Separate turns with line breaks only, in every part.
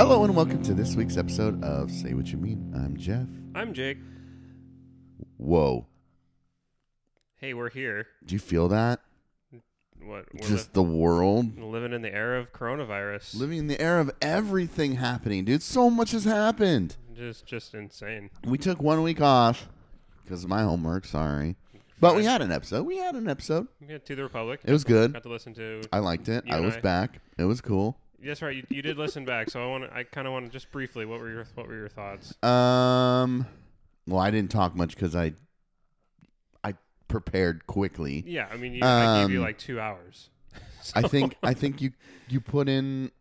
to this week's episode of Say What You Mean. I'm Jeff.
I'm Jake.
Whoa.
Hey, we're here.
Do you feel that?
What? We're
Just the world.
li- living in the era of coronavirus.
Living in the era of everything happening, dude. So much has happened.
just, just insane.
We took one week off because of my homework, sorry. But we had an episode. We had an episode.
We got to the Republic.
It was good.
Got to listen to.
I liked it.
You
I
and
was
I.
back. It was cool.
That's right. You, you did listen back, so I want. I kind of want to just briefly. What were your What were your thoughts?
Um well, I didn't talk much cuz I I prepared quickly.
Yeah, I mean, you, I gave you
Um,
like two hours.
I
So-
think I think you you put in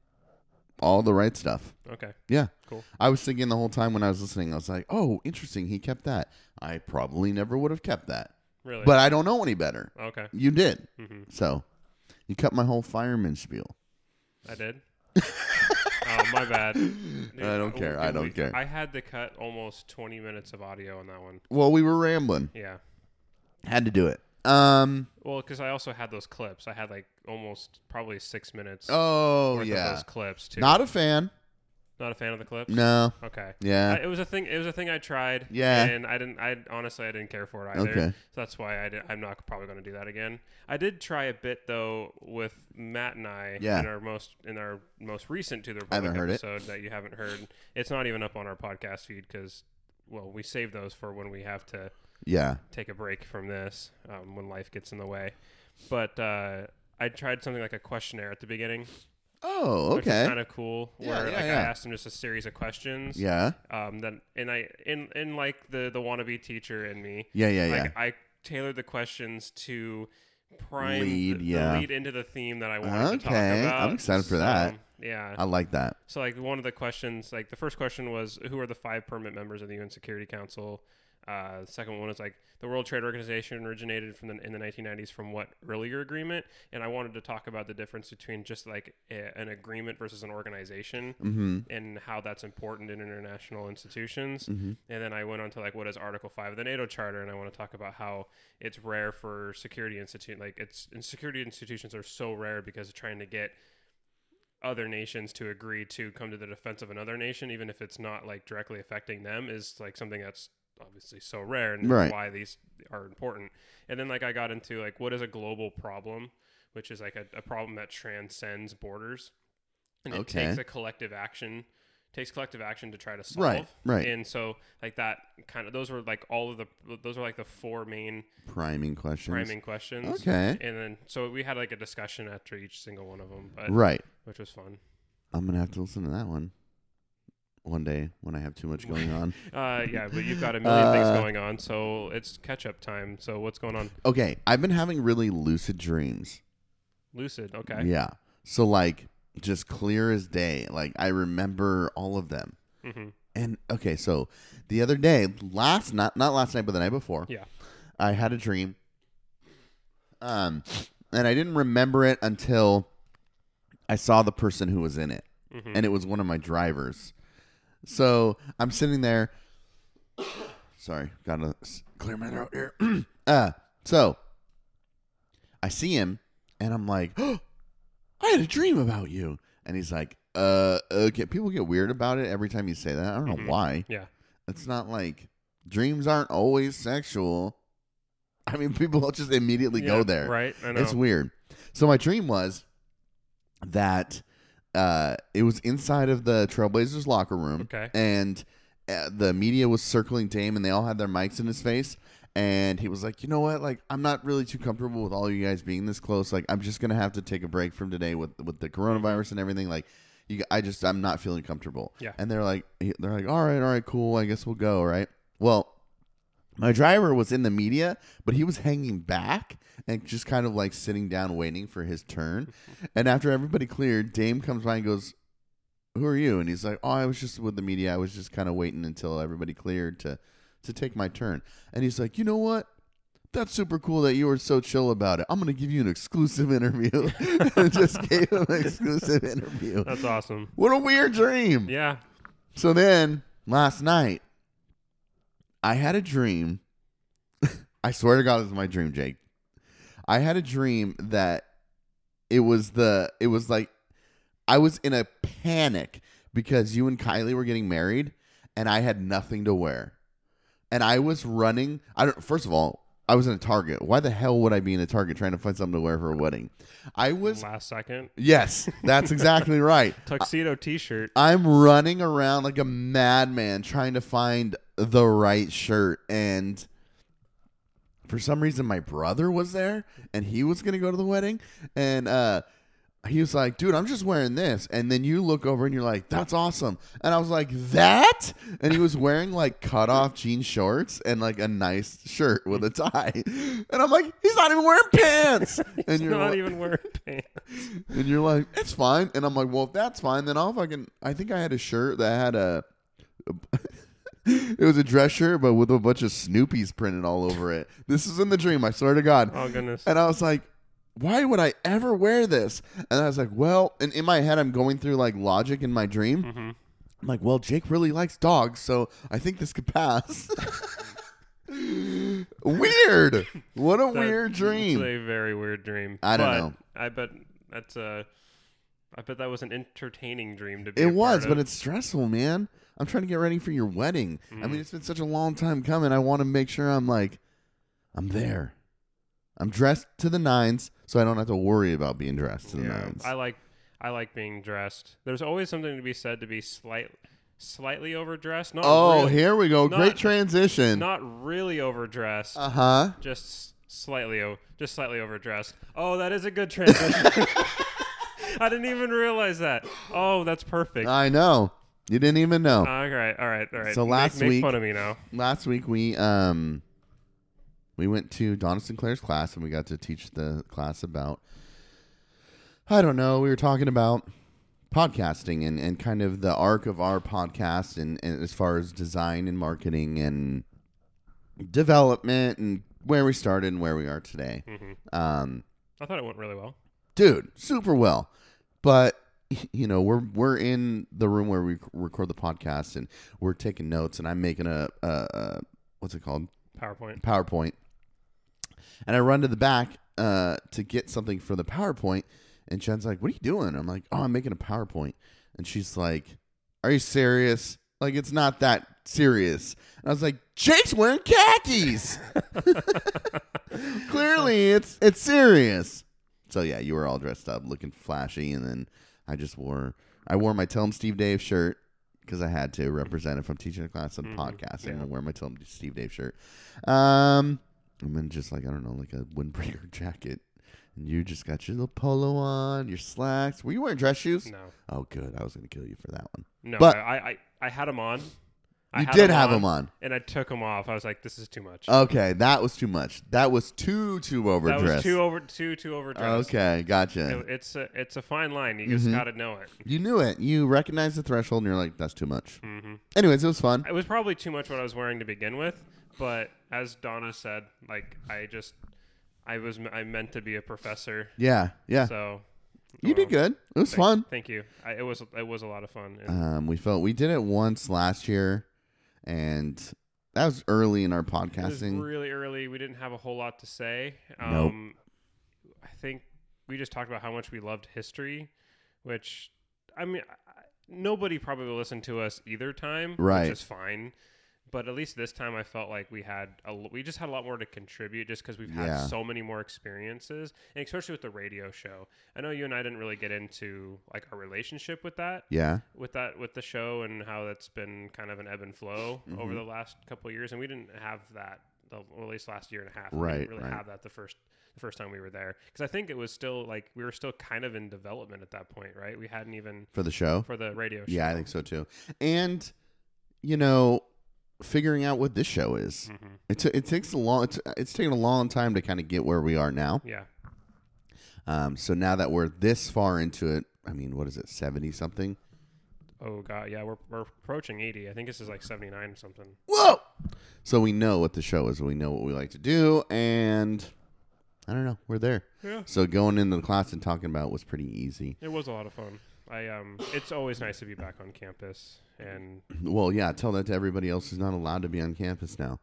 all the right stuff.
Okay.
Yeah.
Cool.
I was thinking the whole time when I was listening, I was like, "Oh, interesting. He kept that. I probably never would have kept that,
Really.
but I don't know any better.
okay.
You did,
hmm
so you cut my whole fireman spiel.
I did. oh my bad.
I don't care. I don't care.
I had to cut almost 20 minutes of audio on that one.
Well, we were rambling.
Yeah.
Had to do it. Um.
Well, because I also had those clips. I had like almost probably six minutes.
Oh
worth of
yeah.
those clips too. Not,
Not a fan.
a fan of the clips.
No.
Okay. I,
Yeah.
it was a thing. It was a thing I tried.
Yeah.
And I didn't. I honestly I didn't care for it either.
Okay.
So that's why I did, I'm not probably going to do that again. I did try a bit though with Matt and I.
Yeah.
In our most in our most recent to the
I haven't
Republic
heard it.
episode that you haven't heard. It's not even up on our podcast feed because well we save those for when we have to
yeah.
take a break from this um, when life gets in the way. But uh, I tried something like a questionnaire at the beginning
Oh.
which is
Okay.
kind of cool.
Yeah,
where
yeah,
like
yeah.
I asked him just a series of questions.
Yeah.
Um. Then and I in in like the the wannabe teacher in me.
Yeah. Yeah. Yeah.
Like I tailored the questions to prime
Lead,
the, the
yeah.
lead into the theme that I wanted to talk
Okay, I'm
about.
excited for
So,
that.
Yeah.
I like that.
so like one of the questions, like the first question was, who are the five permanent members of the UN Security Council? Uh, the second one was like the World Trade Organization originated from the, in the 1990s from what earlier agreement? And I wanted to talk about the difference between just like a, an agreement versus an organization
Mm-hmm.
and how that's important in international institutions.
Mm-hmm.
And then I went on to like what is Article Five of the NATO Charter, and I want to talk about how it's rare for security institute like it's and security institutions are so rare because trying to get other nations to agree to come to the defense of another nation, even if it's not like directly affecting them, is like something that's obviously so rare and
Right.
why these are important. And then like I got into like what is a global problem, which is like a, a problem that transcends borders. And it
Okay.
takes a collective action takes collective action to try to solve.
Right, right.
And so like that kind of those were like all of the those were like the four main
Priming questions.
priming questions.
Okay.
And then so we had like a discussion after each single one of them, but
Right.
which was fun.
I'm gonna have to listen to that one one day when I have too much going on.
Uh, yeah, but you've got a million things
Uh,
going on, so it's catch up time. So what's going on?
Okay, I've been having really lucid dreams.
Lucid. Okay.
Yeah, so like just clear as day. Like I remember all of them.
hmm
And okay, so the other day, last not not last night, but the night before,
Yeah.
I had a dream. Um, and I didn't remember it until I saw the person who was in it,
Mhm.
and it was one of my drivers. So I'm sitting there. Sorry, gotta s- clear my throat here. uh, so I see him, and I'm like, oh, I had a dream about you. And he's like, uh, okay. People get weird about it every time you say that. I don't
Mhm.
know why.
Yeah.
It's not like dreams aren't always sexual. I mean, people just immediately
Yeah,
go there.
Right. I know.
It's weird. So my dream was that uh, it was inside of the Trailblazers locker room,
Okay.
and uh, the media was circling Dame, and they all had their mics in his face. And he was like, you know what? Like, I'm not really too comfortable with all you guys being this close. Like, I'm just gonna have to take a break from today with with the coronavirus and everything. Like, you, I just, I'm not feeling comfortable.
Yeah.
And they're like, they're like, all right, all right, cool. I guess we'll go. Right. Well, my driver was in the media, but he was hanging back and just kind of like sitting down waiting for his turn. And after everybody cleared, Dame comes by and goes, Who are you? And he's like, Oh, I was just with the media. I was just kind of waiting until everybody cleared to to take my turn. And he's like, You know what? That's super cool that you were so chill about it. I'm gonna give you an exclusive interview. and just gave him an exclusive interview.
That's awesome.
What a weird dream.
Yeah.
So then last night, I had a dream. I swear to God, this is my dream, Jake. I had a dream that it was the it was like I was in a panic because you and Kylie were getting married and I had nothing to wear. And I was running. I don't first of all, I was in a Target. Why the hell would I be in a Target trying to find something to wear for a wedding? I was
Last second
Yes, that's exactly right.
tuxedo T-shirt.
I'm running around like a madman trying to find the right shirt. And for some reason, my brother was there and he was going to go to the wedding. And uh, he was like, dude, I'm just wearing this. And then you look over and you're like, that's awesome. And I was like, that? And he was wearing like cut off jean shorts and like a nice shirt with a tie. And I'm like, he's not even wearing pants. and
It's not
like-
even wearing pants.
and you're like, it's fine. And I'm like, well, if that's fine, then I'll fucking. I think I had a shirt that had a. it was a dress shirt, but with a bunch of Snoopy's printed all over it. This is in the dream, I swear to God.
Oh goodness.
And I was like, why would I ever wear this? And I was like, well, and in my head, I'm going through like logic in my dream.
Mm-hmm.
I'm like, well, Jake really likes dogs, so I think this could pass. weird. What a
That-
weird dream.
It's a very weird dream.
I don't
But
know.
I bet that's a. I bet that was an entertaining dream to be. a
It was,
part
but
of.
it's stressful, man. I'm trying to get ready for your wedding. I
Mm.
mean, it's been such a long time coming. I want to make sure I'm like, I'm there. I'm dressed to the nines, so I don't have to worry about being dressed to the
Yeah,
nines.
I like I like being dressed. There's always something to be said to be slight, slightly overdressed. Not
oh,
really,
here we go.
not-
Great transition.
not really overdressed.
Uh huh.
just slightly, o- just slightly overdressed. Oh, that is a good transition. I didn't even realize that. Oh, that's perfect.
I know. You didn't even know.
all right, all right, all right.
Uh, So
Make-
last
make
week-
fun of me now.
Last week we um we went to Donna Sinclair's class and we got to teach the class about I don't know, we were talking about podcasting and, and kind of the arc of our podcast and, and as far as design and marketing and development and where we started and where we are today. Um
I thought it went really well.
dude, super well. But you know, we're we're in the room where we record the podcast, and we're taking notes, and I'm making a, a, a what's it called
PowerPoint.
PowerPoint, and I run to the back uh, to get something for the PowerPoint, and Jen's like, "What are you doing?" I'm like, "Oh, I'm making a PowerPoint," and she's like, "Are you serious?" Like it's not that serious. And I was like, Jake's wearing khakis. Clearly, it's it's serious. So yeah, you were all dressed up, looking flashy, and then I just wore I wore my Tell 'em Steve Dave shirt because I had to represent if I'm teaching a class
Mm-hmm.
and podcasting. I wear my Tell 'em Steve Dave shirt. Um, and then just like I don't know, like a windbreaker jacket. And you just got your little polo on, your slacks. Were you wearing dress shoes?
No,
Oh, good. I was gonna kill you for that one.
no.
But-
I, I, I had them on. I
You
had
did
'em
have them on.
and I took them off. I was like, this is too much.
Okay, that was too much. That was too too
that
overdressed.
was too over, too too overdressed.
okay, Mm-hmm. gotcha.
It- it's a it's a fine line. You just gotta know it.
You knew it. You recognized the threshold, and you're like, "That's too much."
hmm
Anyways, it was fun.
It was probably too much what I was wearing to begin with, but as Donna said, like I just I was I meant to be a professor,
Yeah, yeah.
so
you did
well,
good. It was
thank-
fun.
Thank you. I, it was it was a lot of fun. And
Um, we felt we did it once last year, and that was early in our
it was
podcasting.
really early. We didn't have a whole lot to say.
Nope.
Um, I think we just talked about how much we loved history, which I mean, I- nobody probably listened to us either time,
Right.
Which is fine. But at least this time, I felt like we had a, l- we just had a lot more to contribute, just because we've had
Yeah.
so many more experiences, and especially with the radio show. I know you and I didn't really get into like our relationship with that,
yeah,
with that with the show and how that's been kind of an ebb and flow
Mm-hmm.
over the last couple of years and we didn't have that the, or at least last year and a half we
Right,
didn't really
right.
have that the first the first time we were there because i think it was still like we were still kind of in development at that point right we hadn't even
for the show.
for the radio show
yeah, I think so too. And you know, figuring out what this show is.
Mhm.
It, t- it takes a long. It's it's taken a long time to kind of get where we are now.
yeah
Um, so now that we're this far into it, I mean, what is it, seventy something?
oh god yeah we're, we're approaching 80 i think this is like 79 or something
Whoa! So we know what the show is. We know what we like to do, and I don't know, we're there.
Yeah.
So going into the class and talking about it was pretty easy.
it was a lot of fun i um it's always nice to be back on campus and
Well, yeah, tell that to everybody else who's not allowed to be on campus now.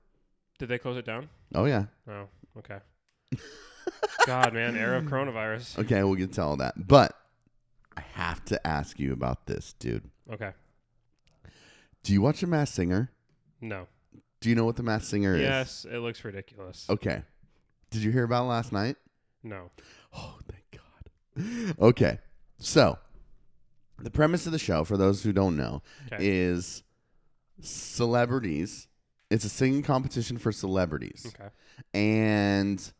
did they close it down
Oh yeah.
oh okay god man era of coronavirus
Okay, we'll get to all that, but I have to ask you about this, dude.
okay
Do you watch The Mass Singer?
No.
Do you know what The Mass Singer is?
Yes, it looks ridiculous.
Okay. Did you hear about it last night?
No.
Oh, thank God. Okay. So, the premise of the show, for those who don't know,
Okay.
is celebrities. It's a singing competition for celebrities.
Okay.
and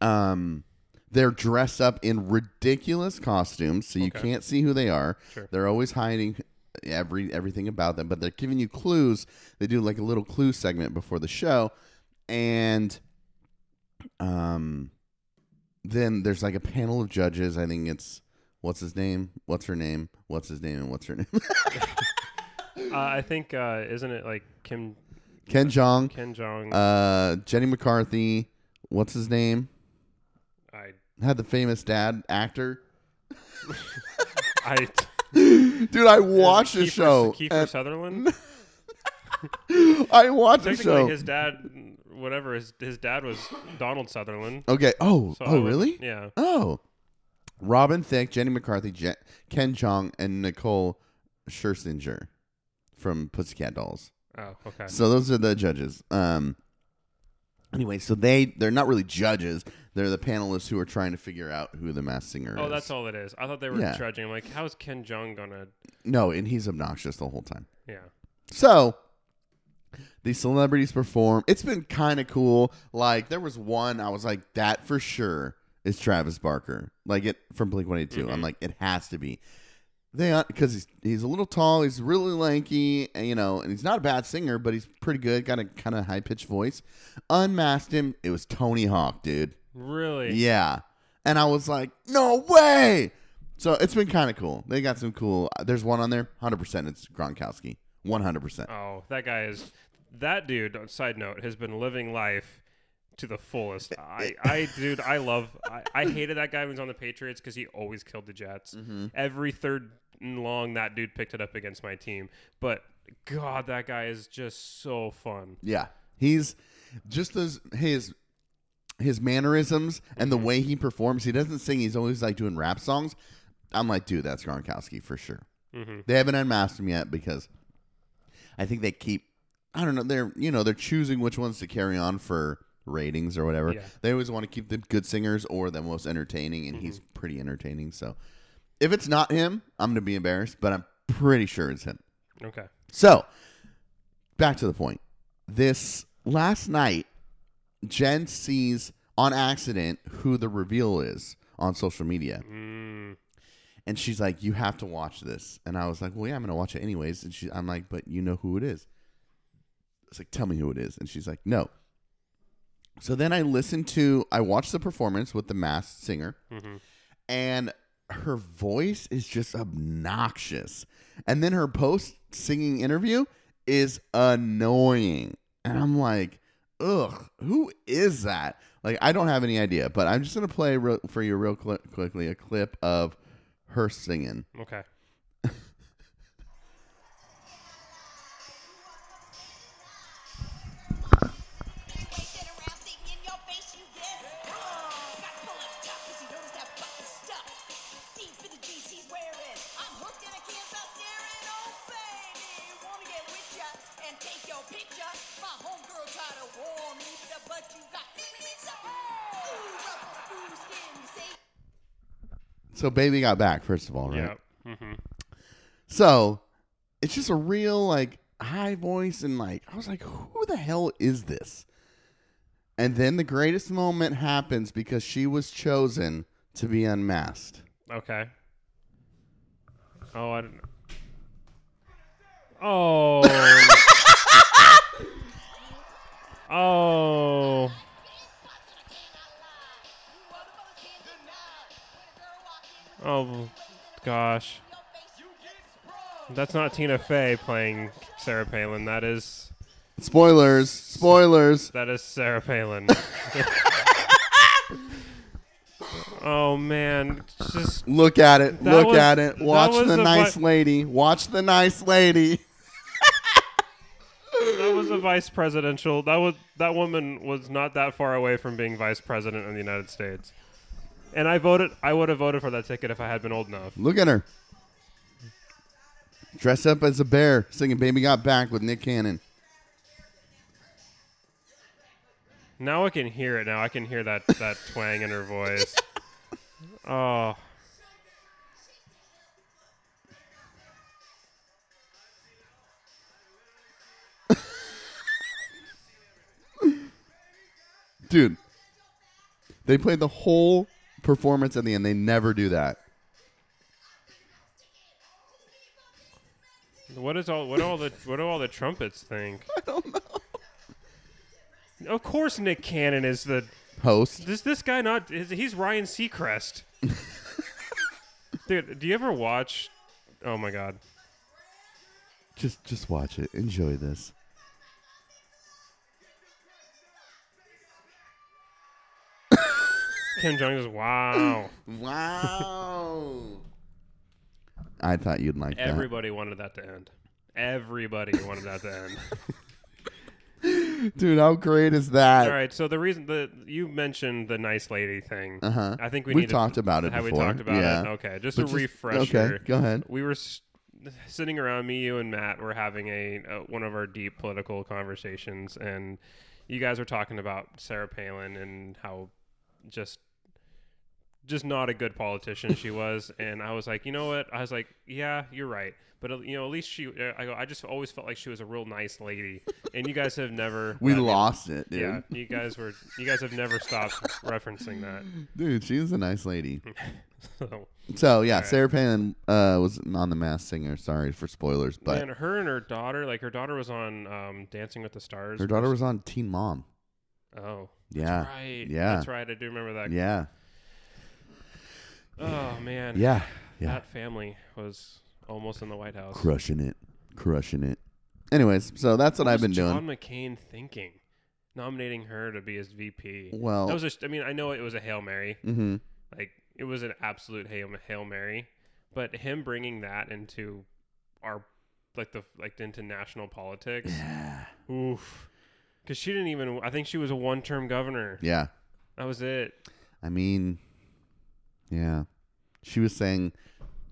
um they're dressed up in ridiculous costumes so you
Okay.
can't see who they are
Sure.
they're always hiding every everything about them but they're giving you clues they do like a little clue segment before the show and um then there's like a panel of judges i think it's what's his name what's her name what's his name and what's her name
Uh, I think uh, isn't it like Kim
ken jong
Ken Jong?
uh jenny mccarthy what's his name
I
had the famous dad actor.
I
Dude, I watched the
Kiefer,
show.
Kiefer
and-
Sutherland.
I watched the
Technically,
show.
his dad, whatever his his dad was Donald Sutherland.
Okay. Oh,
So I
oh,
was-
really?
Yeah.
Oh, Robin Thicke, Jenny McCarthy, Je- Ken Chong, and Nicole Scherzinger from Pussycat Dolls.
Oh, okay.
So those are the judges. Um. Anyway, so they they're not really judges. They're the panelists who are trying to figure out who the mass singer is.
Oh, that's all it is. I thought they were
Yeah.
judging. I'm like, how's Ken Jong gonna?
No, and he's obnoxious the whole time.
Yeah.
So these celebrities perform. It's been kind of cool. Like there was one I was like, that for sure is Travis Barker. Like it from Blink One Eighty I'm like, it has to be. They because he's he's a little tall. He's really lanky, and, you know, and he's not a bad singer, but he's pretty good. Got a kind of high pitched voice. Unmasked him. It was Tony Hawk, dude.
Really?
Yeah. And I was like, no way. So it's been kind of cool. They got some cool. uh, There's one on there, 100%. It's Gronkowski. 100%.
Oh, that guy is. That dude. on Side note has been living life to the fullest. I, I, dude, I love. I, I hated that guy when he was on the Patriots because he always killed the Jets. Every third and long, that dude picked it up against my team. But God, that guy is just so fun.
Yeah. He's just those his his mannerisms and the way he performs. He doesn't sing. He's always like doing rap songs. I'm like, dude, that's Gronkowski for sure.
Mhm.
They haven't unmasked him yet because I think they keep I don't know, they're you know, they're choosing which ones to carry on for ratings or whatever.
Yeah.
They always want to keep the good singers or the most entertaining and he's pretty entertaining, so if it's not him, I'm going to be embarrassed, but I'm pretty sure it's him.
Okay.
So, back to the point. This last night, Jen sees on accident who the reveal is on social media.
Mm,
And she's like, You have to watch this. And I was like, Well, yeah, I'm going to watch it anyways. And she, I'm like, But you know who it is. It's like, Tell me who it is. And she's like, No. So then I listened to, I watched the performance with the masked singer
mhm.
and her voice is just obnoxious. And then her post singing interview is annoying. And I'm like, ugh, who is that? Like, I don't have any idea, but I'm just going to play real, for you real cli quickly a clip of her singing.
Okay.
Shake it around, thing in your face, you get it. Gotta pull up tough 'cause he knows that fucking stuff. Deep in the jeans he's wearing. I'm hooked and I can't stop staring. Oh, baby, wanna get with ya and take your picture. My homegirl tried to warn me, but you got me so Ooh, ruffle, ooh, skin, you say
So, Baby Got Back, first of all, right?
Yeah. hmm
So, it's just a real, like, high voice. And, like, I was like, who the hell is this? And then the greatest moment happens because she was chosen to be unmasked.
Okay. Oh, I don't know. Oh. oh. Oh, gosh. That's not Tina Fey playing Sarah Palin. That is
Spoilers, spoilers.
that is Sarah Palin. oh man, It's just
Look at it.
That
look
was-
at it.
that
Watch
was
the
the
nice
vi-
lady. Watch the nice lady.
that was a vice presidential. That was that woman was not that far away from being vice president of the United States. And I voted. I would have voted for that ticket if I had been old enough.
Look at her. Dress up as a bear, singing Baby Got Back with Nick Cannon.
Now I can hear it. Now I can hear that that twang in her voice. Oh,
Dude, they played the whole performance at the end. They never do that.
what is all? What all the? What do all the trumpets think? I don't know. Of course, Nick Cannon is the.
Host.
Does this guy not? Is, he's Ryan Seacrest. Dude, do you ever watch? Oh my god.
Just just watch it. Enjoy this.
Kim Jong is wow.
Wow. I thought you'd like
Everybody wanted that to end. Everybody wanted that to end.
that. Dude, how great is that?
All right. So the reason the you mentioned the nice lady thing.
Uh-huh.
I think we
We've
need to-
talked about it
How
before.
we talked about
Yeah.
it. Okay. Just
But
a
just-
refresher.
okay, go ahead.
We were s- sitting around. Me, you, and Matt were having a uh, one of our deep political conversations, and you guys were talking about Sarah Palin and how just just not a good politician she was and i was like you know what i was like yeah you're right but uh, you know at least she uh, i go i just always felt like she was a real nice lady and you guys have never
We
I mean,
lost it, dude.
yeah, you guys were you guys have never stopped referencing that.
Dude, she's a nice lady.
So,
So yeah,
Alright.
Sarah Palin uh, was on the Masked Singer. Sorry for spoilers, but
and her and her daughter, like her daughter was on um, Dancing with the Stars.
her daughter was on Teen Mom.
Oh,
Yeah,
that's right.
yeah.
that's right. I do remember that.
yeah,
Oh man.
yeah, yeah.
That family was almost in the White House.
Crushing it, crushing it. Anyways, so that's what, I've been
John
doing.
McCain thinking, nominating her to be his VP.
Well-
that was just. I mean, I know it was a hail mary.
Mm-hmm.
Like it was an absolute hail, hail mary, but him bringing that into our like the like into national politics.
Yeah,
Oof. Because she didn't even. I think she was a one-term governor.
yeah.
That was it.
I mean, yeah. She was saying,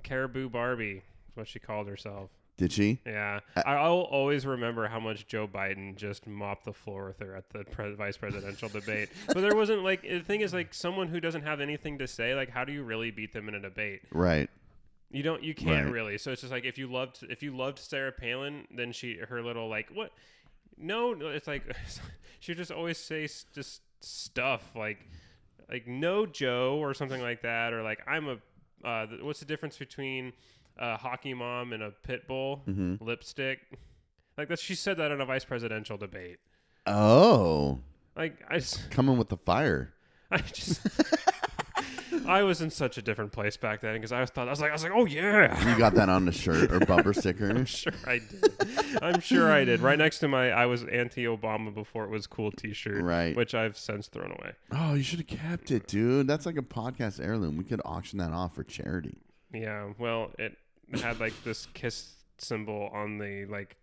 Caribou Barbie is what she called herself.
did she?
Yeah,
I-
I, I'll always remember how much Joe Biden just mopped the floor with her at the pre- vice presidential debate. But there wasn't like the thing is like someone who doesn't have anything to say. Like, how do you really beat them in a debate?
Right.
You don't. You can't
Right.
really. So it's just like if you loved if you loved Sarah Palin, then she her little like what? No, no, it's like she just always says just stuff like like no Joe or something like that or like I'm a uh, th- what's the difference between a hockey mom and a pit bull lipstick? Like that she said that in a vice presidential debate.
Oh,
Like I just
coming with the fire.
I just. I was in such a different place back then because I was thought I was like I was like oh yeah
You got that on the shirt or bumper sticker.
sure I did. I'm sure I did. Right next to my I was anti Obama before it was cool t shirt.
Right.
Which I've since thrown away.
Oh, you should have kept it, dude. That's like a podcast heirloom. We could auction that off for charity.
Yeah. Well, it had like this kiss symbol on the like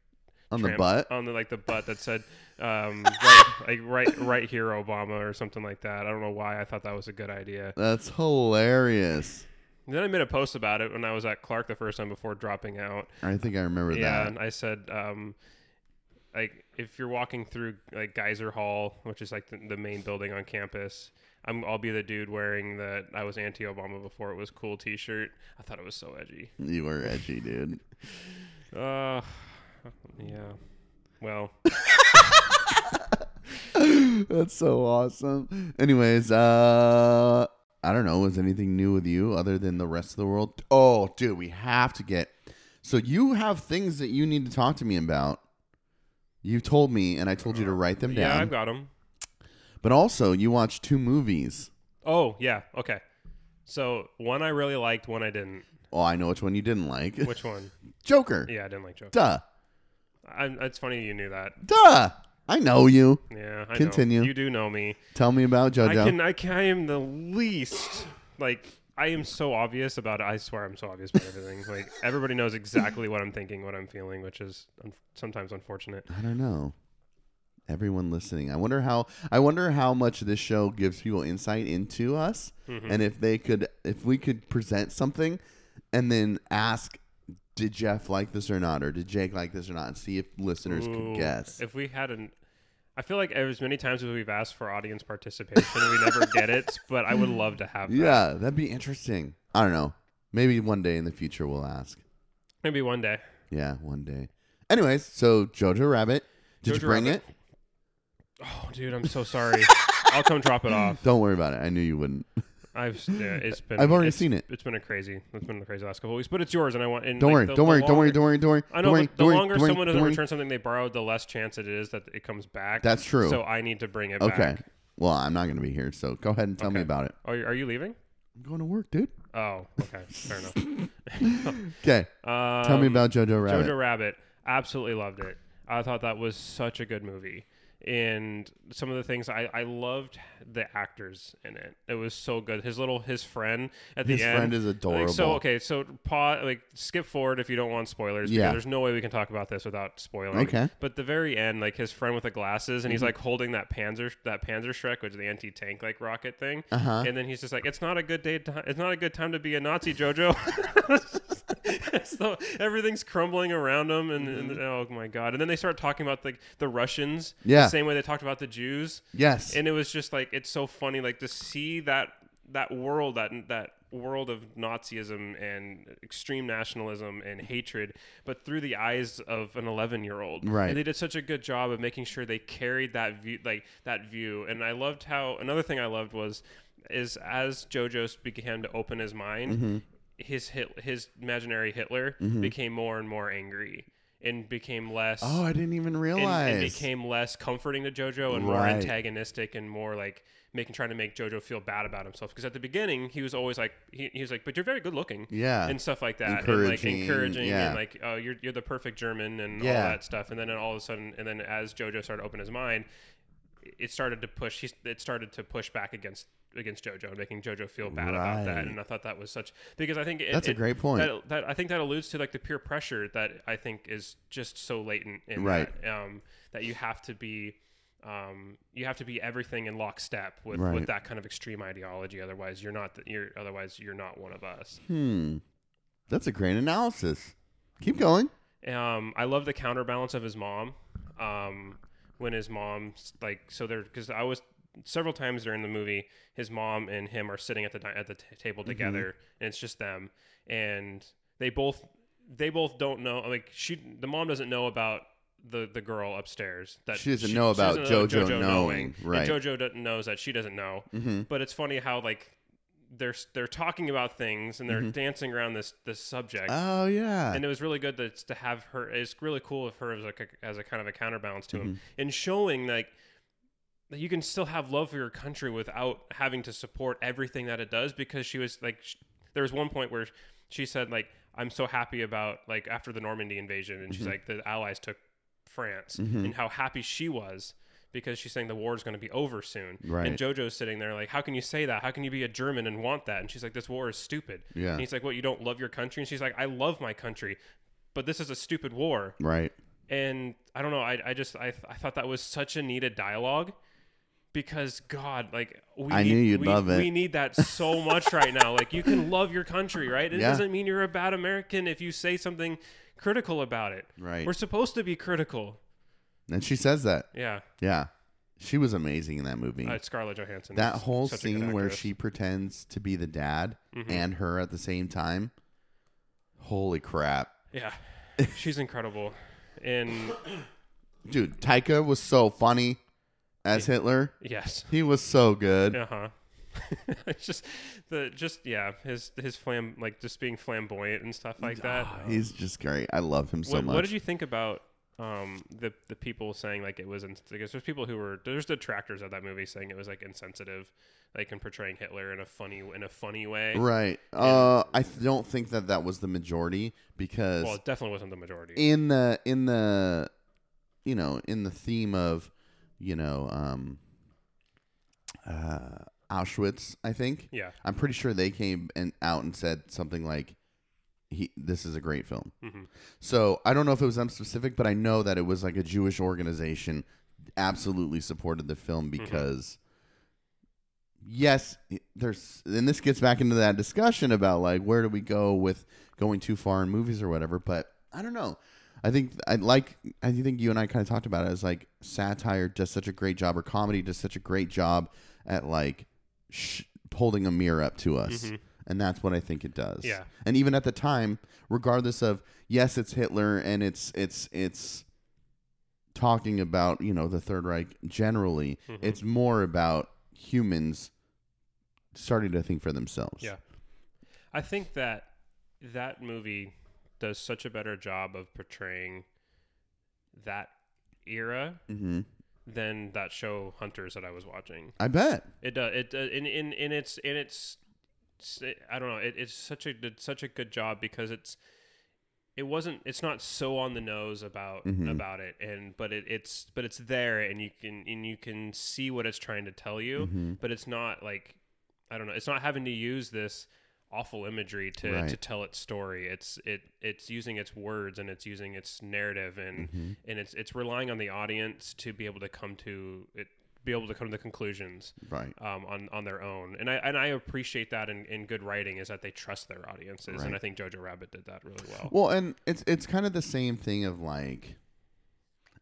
On the
tramp-
butt?
on the like the butt that said um right, like right right here Obama or something like that. I don't know why I thought that was a good idea.
That's hilarious.
And then I made a post about it when I was at Clark the first time before dropping out.
I think I remember
yeah,
that.
and I said, um, like if you're walking through like Geyser Hall, which is like the, the main building on campus, I'm I'll be the dude wearing the I was anti-Obama before it was cool T-shirt. I thought it was so edgy.
You were edgy, dude.
Uh, yeah. Well,
That's so awesome. Anyways, uh I don't know, is anything new with you other than the rest of the world? Oh, dude, we have to get So you have things that you need to talk to me about. You told me and I told you to write them
Uh, yeah,
down.
I've got him.
but also you watched two movies.
Oh, yeah. Okay. So one I really liked, one I didn't.
Oh, I know which one you didn't like.
Which one?
Joker.
Yeah, I didn't like Joker.
Duh.
I'm, it's funny you knew that.
Duh. I know you.
Yeah, I know.
Continue.
You do know me.
Tell me about
I
JoJo.
can, I can. I am the least like. I am so obvious about it. I swear I'm so obvious about everything. Like everybody knows exactly what I'm thinking, what I'm feeling, which is un- sometimes unfortunate.
I don't know. Everyone listening, I wonder how I wonder how much this show gives people insight into
Mm-hmm.
us, and if they could, if we could present something, and then ask did Jeff like this or not, or did Jake like this or not, and see if listeners
Ooh,
could guess.
If we had an I feel like as many times as we've asked for audience participation, we never get it, but I would love to have that.
yeah, that'd be interesting. I don't know. Maybe one day in the future we'll ask.
Maybe one day.
Yeah, one day. Anyways, so Jojo Rabbit, did
Jojo
you bring
Rabbit.
it?
Oh, dude, I'm so sorry. I'll come drop it off.
Don't worry about it. I knew you wouldn't.
I've yeah, it's been
I've already
it's-
seen it.
It's been a crazy. It's been a crazy last couple of weeks, but it's yours, and I want. And
Don't
like,
worry.
the-
Don't
the
worry. Don't worry.
longer-
Don't worry. Don't worry.
I
Don't
know,
worry.
but the
don't worry,
longer
don't worry,
someone doesn't
don't worry.
return something they borrowed, the less chance it is that it comes back.
That's true.
So I need to bring it
Okay.
back.
Well, I'm not going to be here, so go ahead and tell me
Okay.
about it.
Are you, are you leaving?
I'm going to work, dude.
Oh, okay, fair enough.
Okay.
Um,
Tell me about Jojo Rabbit.
Jojo Rabbit. Absolutely loved it. I thought that was such a good movie. And some of the things I, I loved the actors in it. It was so good. His little his friend at the
His
end.
friend is
Like, so
adorable.
okay, so pause like skip forward if you don't want spoilers.
Yeah.
because There's no way we can talk about this without spoiling.
Okay. Mm-hmm.
But the very end, like his friend with the glasses, and he's like holding that Panzer that Panzer Shrek, which is the anti tank like rocket thing.
Uh-huh.
And then he's just like, "It's not a good day. To, it's not a good time to be a Nazi, Jojo." so everything's crumbling around him, and, and oh my god! And then they start talking about like the Russians,
Yeah.
the same way they talked about the Jews
Yes.
and it was just like it's so funny like to see that that world that that world of nazism and extreme nationalism and hatred but through the eyes of an 11 year old
Right.
and they did such a good job of making sure they carried that view like that view and i loved how another thing i loved was is as jojo began to open his mind
Mm-hmm.
his hit his imaginary hitler became more and more angry and became less
oh, I didn't even
and,
realize.
and became less comforting to JoJo and more
Right.
antagonistic and more like making trying to make JoJo feel bad about himself. Because at the beginning, he was always like he, he was like, "But you're very good looking."
Yeah.
and stuff like that, and like
Encouraging,
encouraging
yeah.
and like, "Oh, you're you're the perfect German" and all
Yeah.
that stuff. And then all of a sudden, and then as JoJo started to open his mind, it started to push. He, it started to push back against against JoJo and making JoJo feel bad about that.
Right.
And I thought that was such because I think it,
That's a
it-
great point.
That, that I think that alludes to like the peer pressure that I think is just so latent in
Right.
that, um, that you have to be. Um, you have to be everything in lockstep with,
Right.
with that kind of extreme ideology. Otherwise, you're not. th- You're otherwise you're not one of us.
hmm. That's a great analysis. Keep going.
Um, I love the counterbalance of his mom. Um, when his mom's like, so they're because I was several times during the movie, his mom and him are sitting at the di- at the t- table
Mm-hmm.
together, and it's just them, and they both they both don't know. Like she, the mom doesn't know about the the girl upstairs that
She doesn't know about JoJo knowing, right. Mm-hmm.
And JoJo doesn't knows that she doesn't know. But it's funny how like. They're, they're talking about things and they're
Mm-hmm.
dancing around this this subject
Oh yeah.
and it was really good to, to have her it's really cool of her as like a, as a kind of a counterbalance to him
Mm-hmm.
and showing like that you can still have love for your country without having to support everything that it does because she was like sh- there was one point where she said like i'm so happy about like after the normandy invasion and
Mm-hmm.
she's like the allies took france and how happy she was because she's saying the war's going to be over soon
Right.
and jojo's sitting there like how can you say that how can you be a german and want that and she's like this war is stupid
Yeah.
and he's like what you don't love your country and she's like i love my country but this is a stupid war
right.
and I don't know. I, I just I, I thought that was such a needed dialogue because God, like we
I
need,
knew you'd
we,
love it.
We need that so much right now. Like you can love your country, right? It
Yeah.
doesn't mean you're a bad American if you say something critical about it.
Right.
We're supposed to be critical.
And she says that.
Yeah.
Yeah. She was amazing in that movie.
Uh, Scarlett Johansson.
that
is
whole
such a good
scene where
actress. Mm-hmm.
she pretends to be the dad and her at the same time. Holy crap.
Yeah. She's incredible. And
Dude, Taika was so funny as Hitler.
yes.
He was so good.
Uh huh. it's just the just yeah his his flam like just being flamboyant and stuff like that.
He's just great. I love him Ah, so
what,
much.
what did you think about um, the the people saying like it was? In, I guess there's people who were there's detractors of that movie saying it was like insensitive, like in portraying Hitler in a funny in a funny way.
Right. Uh, I th- don't think that that was the majority because
Well, it definitely wasn't the majority.
in the in the you know in the theme of you know um, uh, Auschwitz, I think.
Yeah.
I'm pretty sure they came and out and said something like, "He, this is a great film."
Mm-hmm.
So I don't know if it was them specific, but I know that it was like a Jewish organization absolutely supported the film
Mm-hmm.
because yes, there's and this gets back into that discussion about like where do we go with going too far in movies or whatever. But I don't know. I think I like. I think you and I kind of talked about it as like satire does such a great job, or comedy does such a great job at like sh- holding a mirror up to us, and that's what I think it does.
Yeah.
And even at the time, regardless of yes, it's Hitler and it's it's it's talking about you know the Third Reich generally. It's more about humans starting to think for themselves.
Yeah. I think that that movie does such a better job of portraying that era
hmm
than that show Hunters that I was watching.
I bet.
It does. It uh, does. In in in its in its. I don't know. It, it's such a did such a good job because it's it wasn't it's not so on the nose about
Mhm.
about it and but it, it's but it's there and you can and you can see what it's trying to tell you
Mhm.
but it's not like I don't know it's not having to use this awful imagery to, to
Right.
tell its story it's it it's using its words and it's using its narrative and
Mhm.
and it's it's relying on the audience to be able to come to it be able to come to the conclusions
Right.
um, on on their own, and I and I appreciate that in, in good writing is that they trust their audiences,
Right.
and I think Jojo Rabbit did that really well.
Well, and it's it's kind of the same thing of like,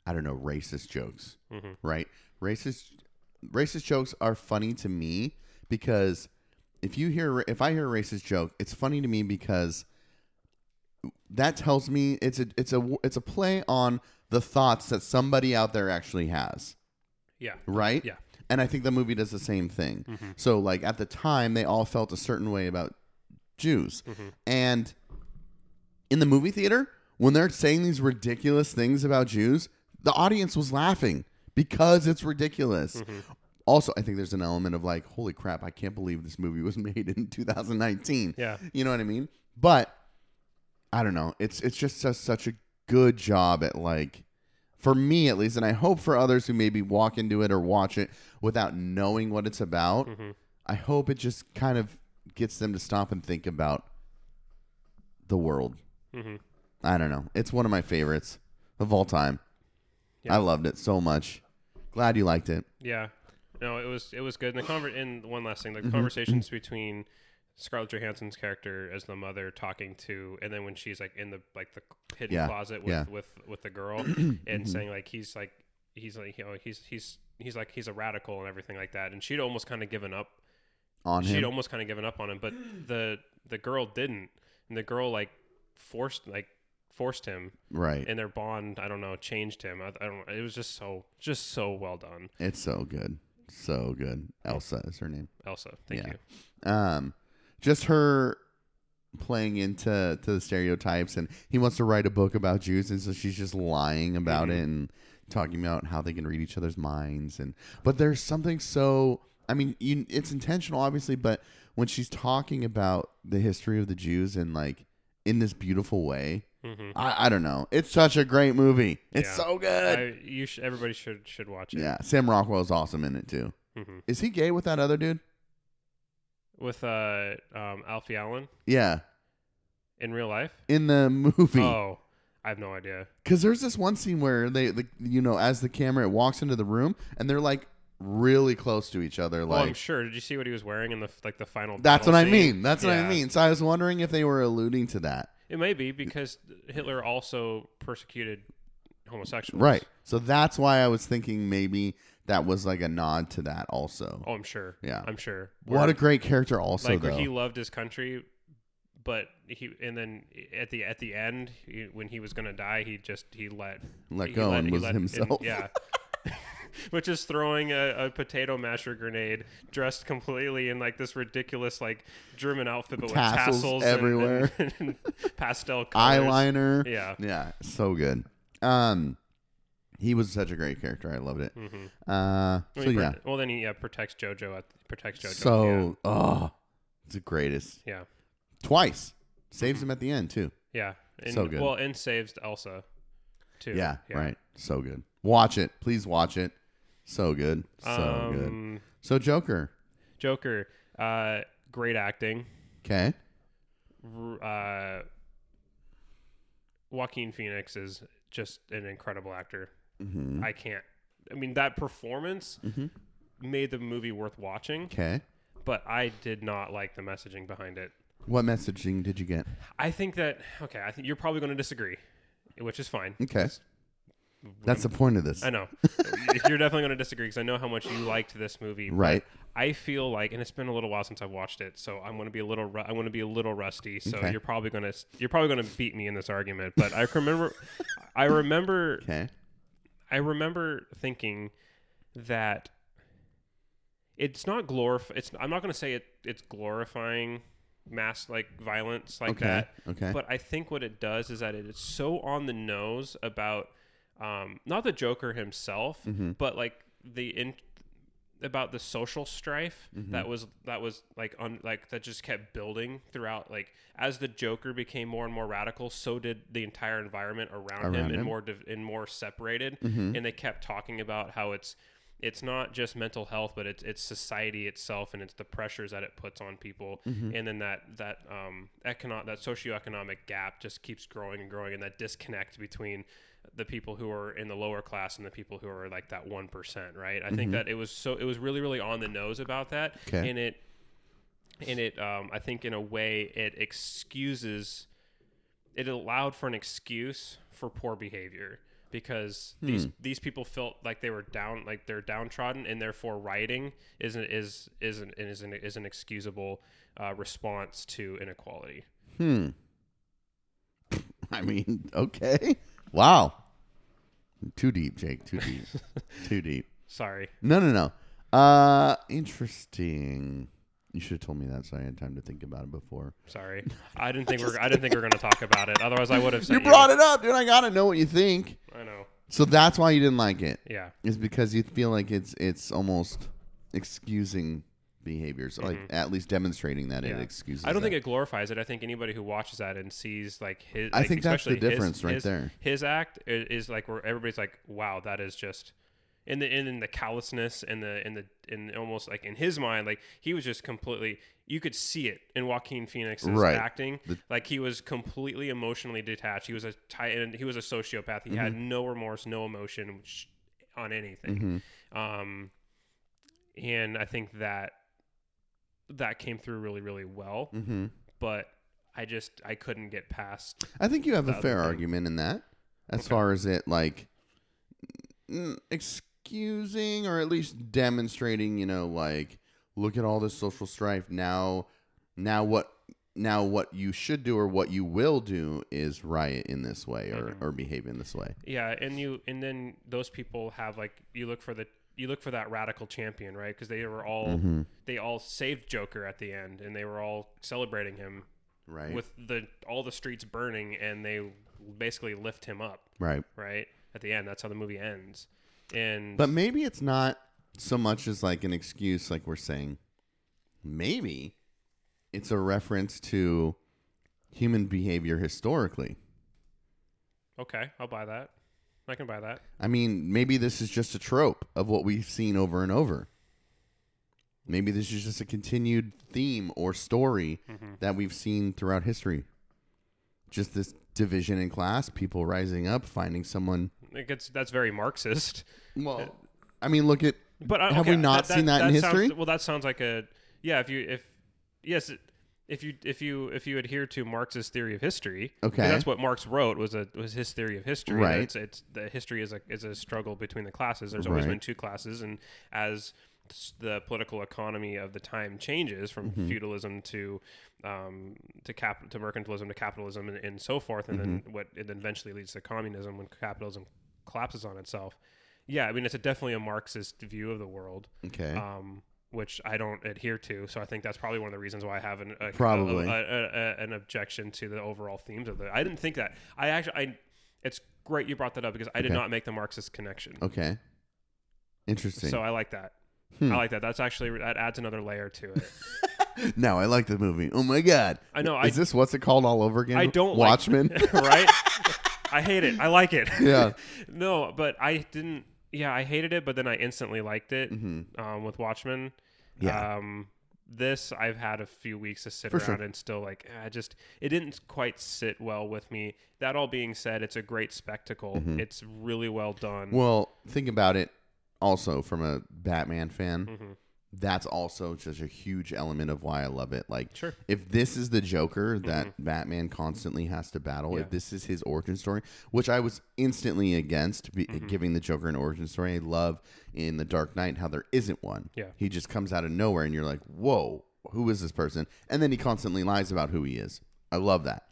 I don't know, racist jokes,
Mhm.
right? Racist racist jokes are funny to me because if you hear if I hear a racist joke, it's funny to me because that tells me it's a it's a it's a play on the thoughts that somebody out there actually has,
yeah,
right?
yeah,
And I think the movie does the same thing. So like at the time they all felt a certain way about Jews. And in the movie theater, when they're saying these ridiculous things about Jews, the audience was laughing because it's ridiculous. Also, I think there's an element of like, holy crap, I can't believe this movie was made in 2019.
Yeah.
You know what I mean? But I don't know. It's it's just such such a good job at like for me at least, and I hope for others who maybe walk into it or watch it without knowing what it's about. I hope it just kind of gets them to stop and think about the world.
Mhm.
I don't know. It's one of my favorites of all time.
Yeah.
I loved it so much. Glad you liked it.
yeah. No, it was it was good. And the conver- and one last thing, the
Mm-hmm.
conversations between Scarlett Johansson's character as the mother talking to, and then when she's like in the like the hidden
Yeah,
closet with,
yeah. Mm-hmm.
with with the girl, and saying like he's like he's like you know he's he's he's like he's a radical and everything like that, and she'd almost kind of given up
On
she'd
him.
almost kind of given up on him, but the the girl didn't, and the girl like forced like forced him,
Right.
and their bond I don't know changed him. I, I don't. It was just so just so well done,
It's so good. So good. Elsa is her name.
Elsa. Thank
Yeah.
you.
Um just her playing into to the stereotypes and he wants to write a book about Jews and so she's just lying about
Mm-hmm.
it and talking about how they can read each other's minds and but there's something so I mean you, it's intentional obviously but when she's talking about the history of the Jews and like in this beautiful way
hmm
I, I don't know it's such a great movie it's
Yeah.
so good
I, you sh- everybody should should watch it.
Uh, yeah Sam Rockwell's awesome in it too
hmm
is he gay with that other dude
With uh um Alfie Allen
yeah
in real life.
in the movie
Oh, I have no idea.
Because there's this one scene where they, the, you know, as the camera it walks into the room and they're like really close to each other.
oh, I'm
Like,
sure. Did you see what he was wearing in the f- like the final?
that's what
battle
I
scene?
mean. That's what
Yeah.
I mean. So I was wondering if they were alluding to that.
It may be because Hitler also persecuted homosexuals.
Right. So that's why I was thinking maybe that was like a nod to that also.
Oh, I'm sure.
Yeah.
I'm sure.
what a great character, also,
like
though.
he loved his country, but he and then at the at the end he, when he was gonna die, he just he let
Let
he
go and
he
was
in-
himself.
yeah. Which is throwing a, a potato masher grenade dressed completely in like this ridiculous like German outfit, but
Tassels
with tassels
everywhere.
and, and, and pastel colors.
Eyeliner.
Yeah.
Yeah. So good. Um, he was such a great character. I loved it.
Mhm.
Uh,
I
so
mean,
yeah.
prote- Well, then he yeah, protects Jojo. At, protects Jojo. at the end.
So, oh, it's the greatest.
yeah,
Twice. Saves him at the end, too.
yeah. And,
So good.
Well, and saves Elsa too.
Yeah, right. So good. Watch it. Please watch it. So good. So good.
um,
So Joker.
Joker, uh, great acting.
Okay.
R- Uh, Joaquin Phoenix is just an incredible actor.
Mm-hmm.
I can't. I mean, that performance made the movie worth watching,
Okay.
but I did not like the messaging behind it.
What messaging did you get?
I think that okay. I think you're probably going to disagree, which is fine.
Okay. That's the point of this.
I know you're definitely going to disagree because I know how much you liked this movie. but
Right.
I feel like, and it's been a little while since I've watched it, so I'm going to be a little. Ru- I'm going to be a little rusty. So
Okay.
you're probably going to you're probably going to beat me in this argument. But I remember, I remember,
Okay.
I remember thinking that it's not glorif. It's I'm not going to say it. It's glorifying mass like violence like
Okay,
that.
okay.
But I think what it does is that it is so on the nose about um, not the Joker himself,
Mm-hmm.
but like the in about the social strife
Mm-hmm.
that was that was like on like that just kept building throughout like as the joker became more and more radical so did the entire environment around, him,
Around
and
him.
more div- and more separated and they kept talking about how it's it's not just mental health but it's it's society itself and it's the pressures that it puts on people and then that that um econo- that socioeconomic gap just keeps growing and growing and that disconnect between the people who are in the lower class and the people who are like that 1% right i think that it was so it was really really on the nose about that
Okay.
and it and it um, i think in a way it excuses it allowed for an excuse for poor behavior because
Hmm.
these these people felt like they were down like they're downtrodden and therefore rioting isn't is isn't is an is an excusable uh, response to inequality
Hmm. I mean, okay. Wow. Too deep, Jake. Too deep. Too deep.
sorry
No, no, no. Uh, interesting. You should have told me that so I had time to think about it before.
sorry i didn't think we're i didn't think we we're gonna talk about it otherwise i would have
You
said
brought it up, dude. I gotta know what you think.
i know
So that's why you didn't like it.
yeah
Is because you feel like it's it's almost excusing behaviors, like at least demonstrating that it
Mm-hmm. Yeah.
excuses.
I don't
that.
think it glorifies it. I think anybody who watches that and sees like his,
I
like,
think that's the
especially his-
difference right
his-
there.
His act i- is, like where everybody's like, "Wow, that is just," in the in, in the callousness and the in the in almost like in his mind, like he was just completely. You could see it in Joaquin Phoenix's
Right.
acting. like he was completely emotionally detached. He was a ti- and he was a sociopath. He had
Mm-hmm.
no remorse, no emotion sh- on anything. Um, and I think that that came through really, really well
hmm
but I just I couldn't get past.
I think you have a
other
fair
thing.
argument in that, as
Okay.
far as it like mm, excusing or at least demonstrating. You know, like look at all this social strife now. Now what? Now what you should do or what you will do is riot in this way or
Mm-hmm.
or behave in this way.
Yeah, and you and then those people have like you look for the you look for that radical champion, right? Because they were all
Mm-hmm.
they all saved Joker at the end, and they were all celebrating him
Right.
with the all the streets burning, and they basically lift him up,
right.
right? At the end, that's how the movie ends. And
But maybe it's not so much as like an excuse, like we're saying. Maybe it's a reference to human behavior historically.
okay, I'll buy that. I can buy that.
I mean, maybe this is just a trope of what we've seen over and over. Maybe this is just a continued theme or story that we've seen throughout history. Just this division in class, people rising up, finding someone.
It gets that's very Marxist.
Well, I mean, look at.
But uh,
Have
okay,
we not seen that in
sounds-
history?
well, that sounds like a yeah. If you if yes, it- if you if you if you adhere to Marx's theory of history, 'cause
Okay.
that's what Marx wrote was a was his theory of history.
Right.
It's, it's the history is a is a struggle between the classes. There's always
Right.
been two classes, and as s- the political economy of the time changes from
Mm-hmm.
feudalism to um, to cap to mercantilism to capitalism and, and so forth, and
Mm-hmm.
then what it eventually leads to communism when capitalism collapses on itself. Yeah, I mean it's a, definitely a Marxist view of the world
Okay.
um, which I don't adhere to. So I think that's probably one of the reasons why I have an a,
Probably.
a- a- a- an objection to the overall themes of the. I didn't think that. I actually, I it's great you brought that up because I did
Okay.
not make the Marxist connection.
okay. Interesting. Hmm.
So I like that. I like that. That's actually that adds another layer to it.
No, I like the movie. Oh my god!
I know,
Is
I-
this what's it called all over again?
I don't like-
Watchmen.
right? I hate it. I like it.
Yeah.
no, but I didn't. Yeah, I hated it, but then I instantly liked it um, with Watchmen.
Mm-hmm. Yeah.
Um, this I've had a few weeks to sit
For
around
sure.
and still like I just it didn't quite sit well with me. That all being said, it's a great spectacle.
Mm-hmm.
It's really well done. Mm-hmm.
well, think about it. Also, from a Batman fan, that's also such a huge element of why I love it. Like,
Sure. Mm-hmm.
if this is the Joker that Batman constantly has to battle,
Yeah.
if this is his origin story, which I was instantly against be,
Mm-hmm.
giving the Joker an origin story, I love in The Dark Knight how there isn't one.
Yeah.
He just comes out of nowhere and you're like, whoa, who is this person? And then he constantly lies about who he is. I love that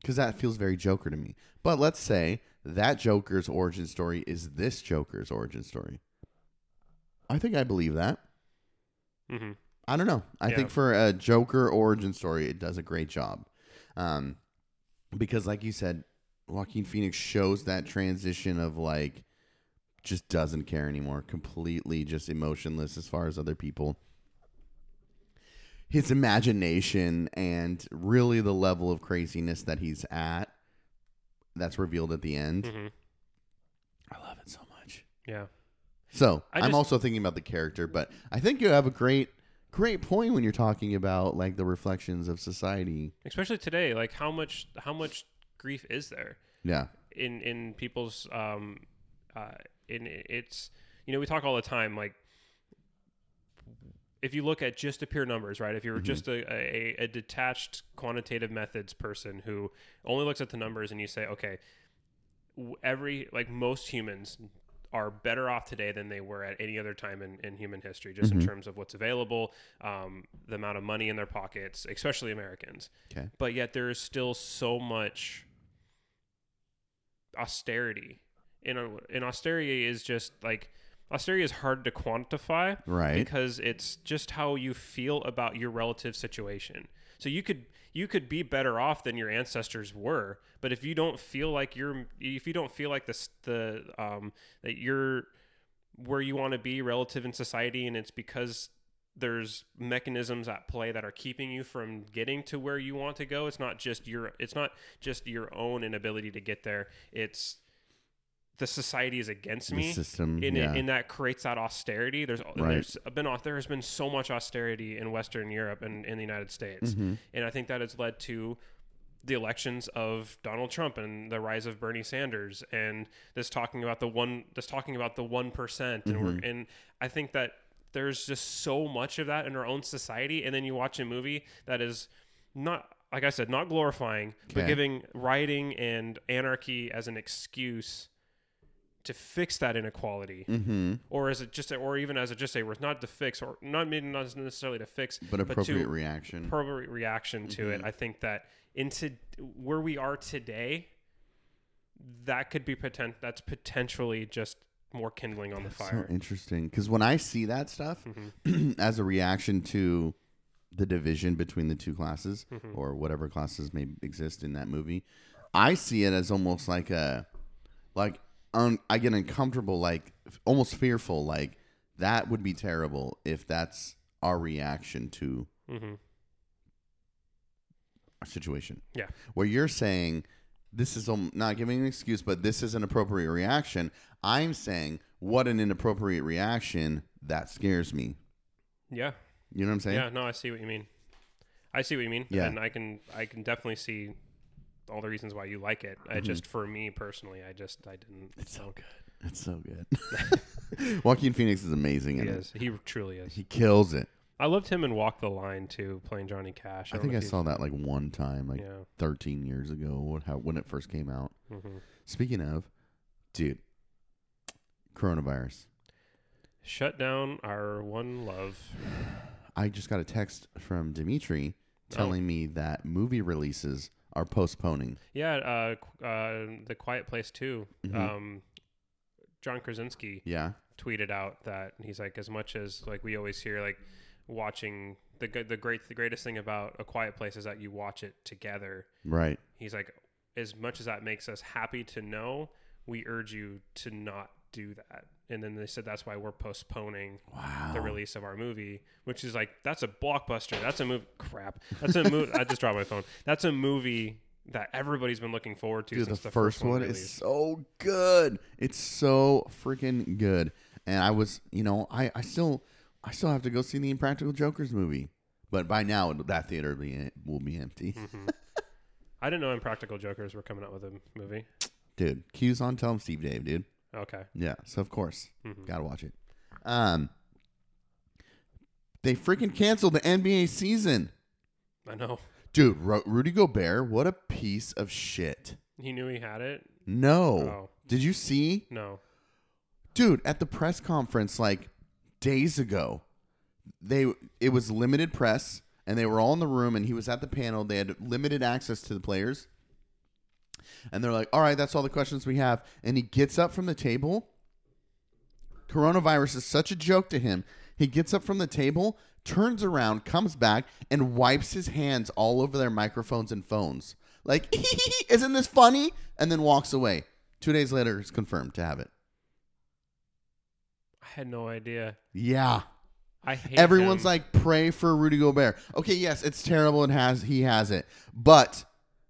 because that feels very Joker to me. But let's say that Joker's origin story is this Joker's origin story. I think I believe that.
hmm
I don't know. I
Yeah.
think for a Joker origin story, it does a great job. Um, because, like you said, Joaquin Phoenix shows that transition of like just doesn't care anymore, completely just emotionless as far as other people. His imagination and really the level of craziness that he's at that's revealed at the end.
hmm
I love it so much.
Yeah.
So
I
I'm
just-
also thinking about the character, but I think you have a great, great point when you're talking about like the reflections of society.
Especially today, like how much how much grief is there?
Yeah,
in in people's um uh in it's you know we talk all the time like if you look at just the pure numbers right if you're just a, a a detached quantitative methods person who only looks at the numbers and you say okay w- every like most humans are better off today than they were at any other time in, in human history just in terms of what's available um, the amount of money in their pockets especially americans
Okay.
but yet there is still so much austerity and, uh, and austerity is just like austerity is hard to quantify
Right.
because it's just how you feel about your relative situation so you could you could be better off than your ancestors were but if you don't feel like you're if you don't feel like this the um that you're where you want to be relative in society and it's because there's mechanisms at play that are keeping you from getting to where you want to go it's not just your it's not just your own inability to get there it's the society is against
The
me
system,
and, it-
yeah.
and that creates that austerity there's
Right.
there's been au- there has been so much austerity in western europe and in the united states
Mm-hmm,
and i think that has led to the elections of Donald Trump and the rise of Bernie Sanders and this talking about the one this talking about the one percent and
Mm-hmm.
we're and I think that there's just so much of that in our own society and then you watch a movie that is not like I said not glorifying but
Okay.
giving rioting and anarchy as an excuse to fix that inequality
Mm. mm-hmm.
or is it just or even as a just a not to fix or not maybe not necessarily to fix
but appropriate
to,
reaction.
appropriate reaction to
Mm-hmm.
it. I think that into where we are today, that could be potent. That's potentially just more kindling on the
so
fire.
interesting because when I see that stuff as a reaction to the division between the two classes or whatever classes may exist in that movie, I see it as almost like a like un, I get uncomfortable, like f- almost fearful, like that would be terrible if that's our reaction to
hmm
a situation.
Yeah,
where you're saying this is um, not giving an excuse, but this is an appropriate reaction. I'm saying what an inappropriate reaction that scares me.
yeah,
You know what I'm saying?
yeah. No, I see what you mean. I see what you mean.
Yeah.
and I can I can definitely see all the reasons why you like it. I just for me personally, I just I didn't. It's so
Mm-hmm.
good.
It's so good. Joaquin Phoenix is amazing
He
in it.
is. He truly is.
He kills it.
I loved him in Walk the Line too, playing Johnny Cash.
I
don't
think
know
I
if you-
saw that like one time, like
Yeah.
13 years ago, what- how, when it first came out.
Mhm.
Speaking of, dude, coronavirus.
Shut down our one love.
I just got a text from Dimitri
Oh.
telling me that movie releases are postponing.
Yeah, uh, qu- uh, the Quiet Place too. Um, John Krasinski
Yeah.
tweeted out that he's like, as much as like we always hear, like watching the g- the great the greatest thing about a Quiet Place is that you watch it together.
Right.
He's like, as much as that makes us happy to know, we urge you to not do that. And then they said that's why we're postponing
Wow.
the release of our movie, which is like that's a blockbuster. That's a movie. Crap. That's a movie. I just dropped my phone. That's a movie that everybody's been looking forward to
Dude,
since
the, first, one is
released.
so good. It's so freaking good. And I was, you know, I, I still, I still have to go see the Impractical Jokers movie. But by now, it- that theater will be, will be empty.
I didn't know Impractical Jokers were coming out with a movie.
Dude, cues on. Tell him Steve Dave, dude.
Okay.
Mm-hmm. Yeah. So of course, gotta watch it. Um, They freaking canceled the NBA season.
I know.
Dude, Ru- Rudy Gobert, what a piece of shit.
He knew he had it.
No.
Oh.
Did you see?
No.
Dude, at the press conference like days ago, they it was limited press and they were all in the room and he was at the panel. They had limited access to the players. And they're like, "All right, that's all the questions we have." And he gets up from the table. Coronavirus is such a joke to him. He gets up from the table, turns around, comes back, and wipes his hands all over their microphones and phones. Like, isn't this funny? And then walks away. Two days later, it's confirmed to have it.
I had no idea.
Yeah.
I hate
Everyone's
him.
like, pray for Rudy Gobert. Okay, yes, it's terrible. It has he has it, but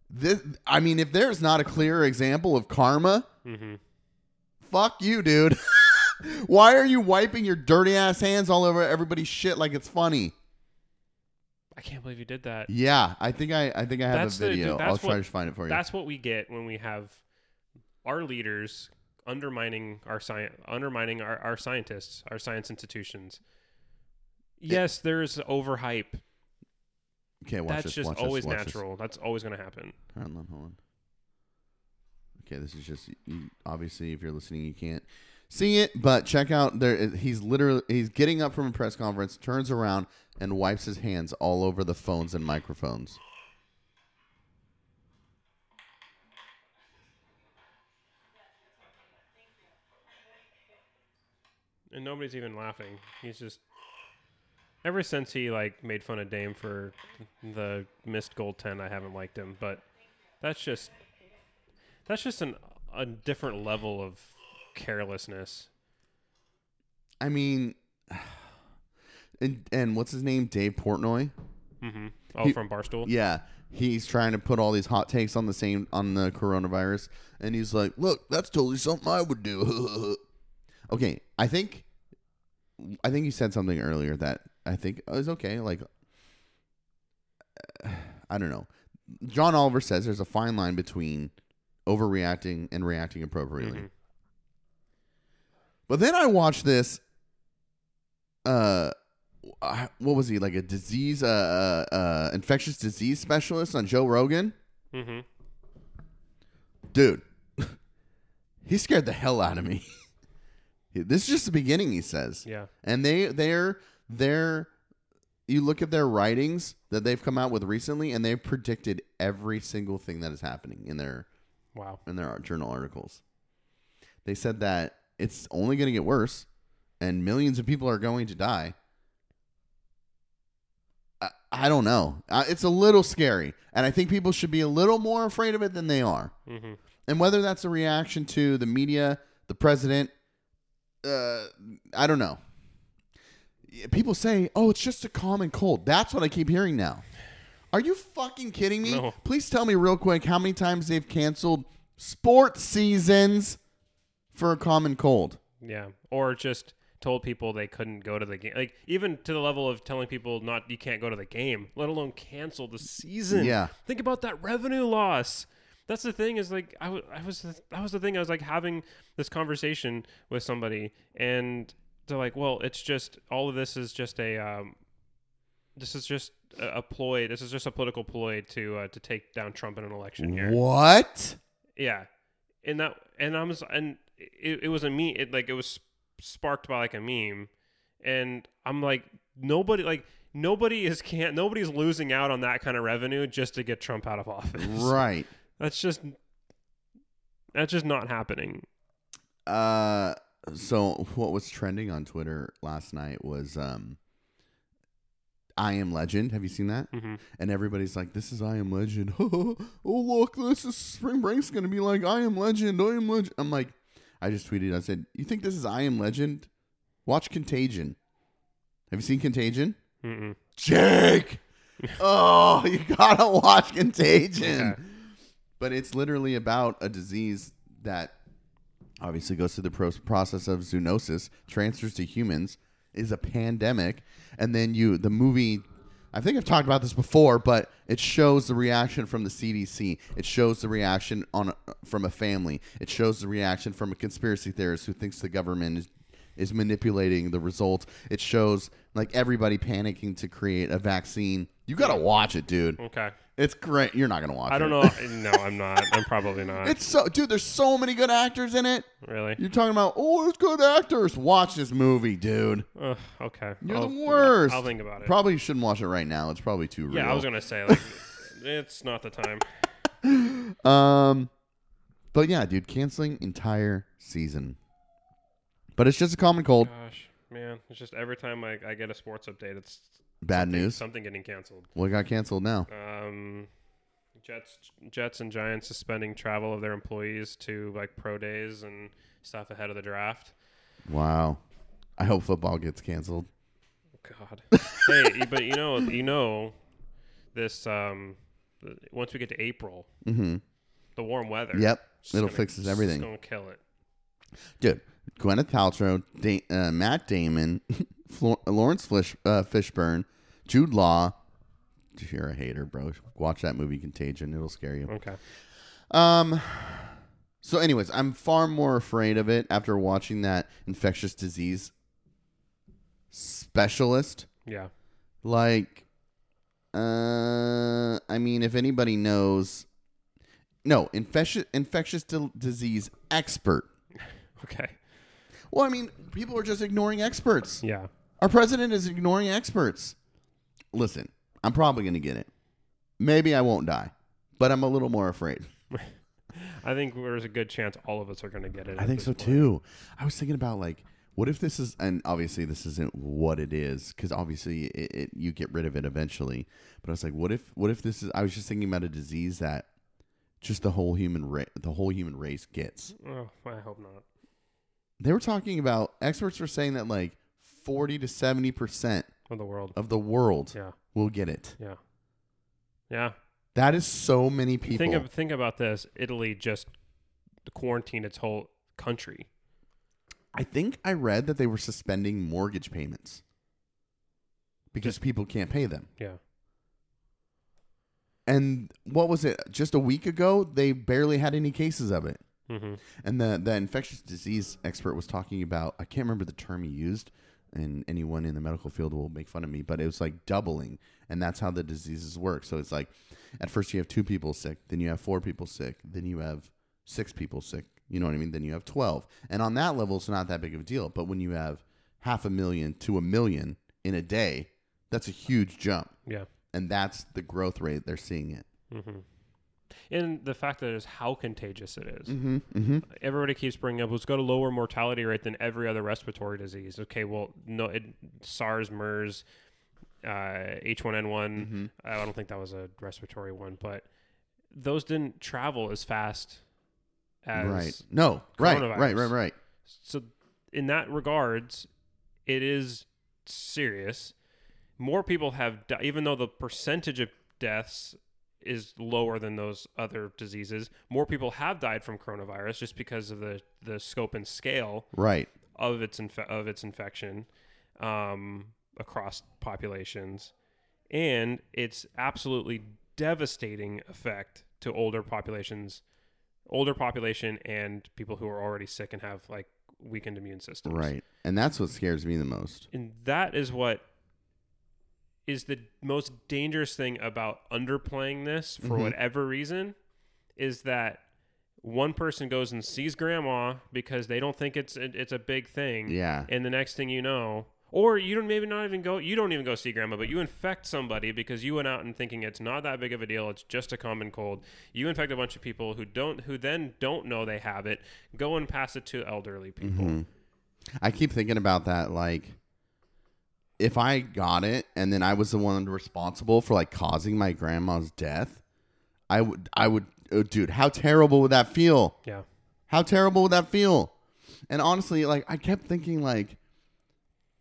this. I mean, if there's not a clear example of karma,
Mhm.
fuck you, dude. Why are you wiping your dirty ass hands all over everybody's shit like it's funny?
I can't believe you did that.
Yeah, I think I I think I have
That's
a
the- dude,
video.
that's
I'll try
what-
to find it for you.
That's what we get when we have our leaders undermining our science, undermining our, our scientists, our science institutions. Yes, there's overhype.
Okay, watch
That's
this.
just
watch this,
always
watch this.
natural. That's always going to happen.
Hold on, hold on. Okay, this is just you, obviously if you're listening, you can't see it, but check out there. He's literally he's getting up from a press conference, turns around, and wipes his hands all over the phones and microphones.
And nobody's even laughing. He's just ever since he like made fun of Dame for the missed gold ten, I haven't liked him. But that's just that's just an a different level of carelessness.
I mean, and and what's his name? Dave Portnoy.
hmm Oh,
He-
from Barstool.
Yeah, he's trying to put all these hot takes on the same on the coronavirus, and he's like, "Look, that's totally something I would do." okay, I think, I think you said something earlier that I think is okay. Like, I don't know. John Oliver says there's a fine line between overreacting and reacting appropriately.
Mhm.
But then I watched this. Uh, I- what was he like a disease, uh, uh, uh, infectious disease specialist on Joe Rogan?
Mm-hmm.
Dude, he scared the hell out of me. this is just the beginning, he says.
Yeah.
And they they're they're you look at their writings that they've come out with recently, and they've predicted every single thing that is happening in their
Wow.
in their journal articles. They said that it's only going to get worse and millions of people are going to die. I, I don't know. Uh, it's a little scary. And I think people should be a little more afraid of it than they are.
Mm-hmm.
And whether that's a reaction to the media, the president, uh, I don't know. Yeah, People say, oh, it's just a common cold. That's what I keep hearing now. Are you fucking kidding me?
No.
Please tell me real quick how many times they've canceled sports seasons for a common cold.
Yeah. Or just told people they couldn't go to the game. Like even to the level of telling people not you can't go to the game, let alone cancel the season.
Yeah.
Think about that revenue loss. That's the thing is like I, wa- I was that was the thing I was like having this conversation with somebody and they're like, "Well, it's just all of this is just a um, this is just a, a ploy. This is just a political ploy to uh, to take down Trump in an election year."
What?
Yeah, and that and I was and it, it was a meme. It like it was sparked by like a meme, and I'm like nobody like nobody is can't nobody's losing out on that kind of revenue just to get Trump out of office.
Right.
That's just that's just not happening.
Uh, so what was trending on Twitter last night was um, I am Legend. Have you seen that?
hmm
and everybody's like, "This is I Am Legend." oh look, this is spring break's gonna be like I Am Legend. I Am Legend. I'm like, I just tweeted. I said, "You think this is I Am Legend? Watch Contagion. Have you seen Contagion,
Mm-mm.
Jake? oh, you gotta watch Contagion."
Yeah.
But it's literally about a disease that obviously goes through the pro- process of zoonosis, transfers to humans, is a pandemic, and then you the movie. I think I've talked about this before, but it shows the reaction from the CDC. It shows the reaction on from a family. It shows the reaction from a conspiracy theorist who thinks the government is is manipulating the results. It shows like everybody panicking to create a vaccine. You gotta watch it, dude.
Okay.
It's great. You're not gonna watch.
I don't
it.
know. No, I'm not. I'm probably not.
It's so, dude. There's so many good actors in it.
really.
You're talking about oh, there's good actors. Watch this movie, dude.
Ugh, okay.
You're
I'll-
the worst.
I'll think about it.
Probably shouldn't watch it right now. It's probably too real.
yeah, I was gonna say like, it's not the time.
Um, but yeah, dude, canceling entire season. But it's just a common cold.
Gosh, man, it's just every time I, I get a sports update, it's
Bad news.
something getting canceled.
What got canceled now?
Um, Jets, Jets, and Giants suspending travel of their employees to like pro days and stuff ahead of the draft.
Wow. I hope football gets canceled.
God. hey, but you know, you know, this. Um, th- once we get to April,
Mm-hmm.
the warm weather.
Yep.
it's
It'll
gonna-
fixes
it's
everything.
gonna kill it.
Dude, Gwyneth Paltrow, da- uh, Matt Damon, Flor- Lawrence Fish- uh, Fishburne, Jude Law. Dude, You're a hater, bro. Watch that movie Contagion. It'll scare you.
Okay.
Um. So, anyways, I'm far more afraid of it after watching that infectious disease specialist.
Yeah.
Like, uh, I mean, if anybody knows, no, infectious infectious di- disease expert.
Okay.
Well, I mean, people are just ignoring experts.
Yeah.
Our president is ignoring experts. Listen, I'm probably gonna get it. Maybe I won't die, but I'm a little more afraid.
I think there's a good chance all of us are going to get it.
I
at
think
this
so
point.
too. I was thinking about like, what if this is, and obviously this isn't what it is, because obviously it, it you get rid of it eventually. But I was like, what if, what if this is? I was just thinking about a disease that just the whole human ra- the whole human race gets.
Oh, I hope not.
They were talking about experts were saying that like forty to seventy percent
Of the world.
of the world
Yeah.
will get it.
Yeah. Yeah.
That is so many people.
Think of, think about this. Italy just quarantined its whole country.
I think I read that they were suspending mortgage payments because people can't pay them.
Yeah.
and what was it just a week ago they barely had any cases of it
Mm-hmm.
and the, the infectious disease expert was talking about i can't remember the term he used and anyone in the medical field will make fun of me but it was like doubling and that's how the diseases work so it's like at first you have two people sick then you have four people sick then you have six people sick you know what i mean then you have 12 and on that level it's not that big of a deal but when you have half a million to a million in a day that's a huge jump
Yeah.
and that's the growth rate they're seeing it
Mm-hmm. And the fact that is how contagious it is.
mm-hmm, mm-hmm.
Everybody keeps bringing up, well, it's got a lower mortality rate than every other respiratory disease. Okay, well, no, it, SARS, MERS, uh, H1N1. I don't think that was a respiratory one, but those didn't travel as fast as
right. No. Right. Right. Right.
coronavirus.
Right.
so in that regards it is serious more people have di- even though the percentage of deaths is lower than those other diseases more people have died from coronavirus just because of the the scope and scale
Right.
of its inf- of its infection um, across populations, and its absolutely devastating effect to older populations, older population, and people who are already sick and have like weakened immune systems.
Right. And that's what scares me the most.
and that is what is the most dangerous thing about underplaying this for whatever reason is that one person goes and sees grandma because they don't think it's it, it's a big thing
Yeah.
and the next thing you know or you don't maybe not even go you don't even go see grandma but you infect somebody because you went out and thinking it's not that big of a deal it's just a common cold you infect a bunch of people who don't who then don't know they have it go and pass it to elderly people
I keep thinking about that. Like, if I got it and then I was the one responsible for like causing my grandma's death, I would. I would. Oh, dude, how terrible would that feel?
yeah
How terrible would that feel? And honestly, like I kept thinking, like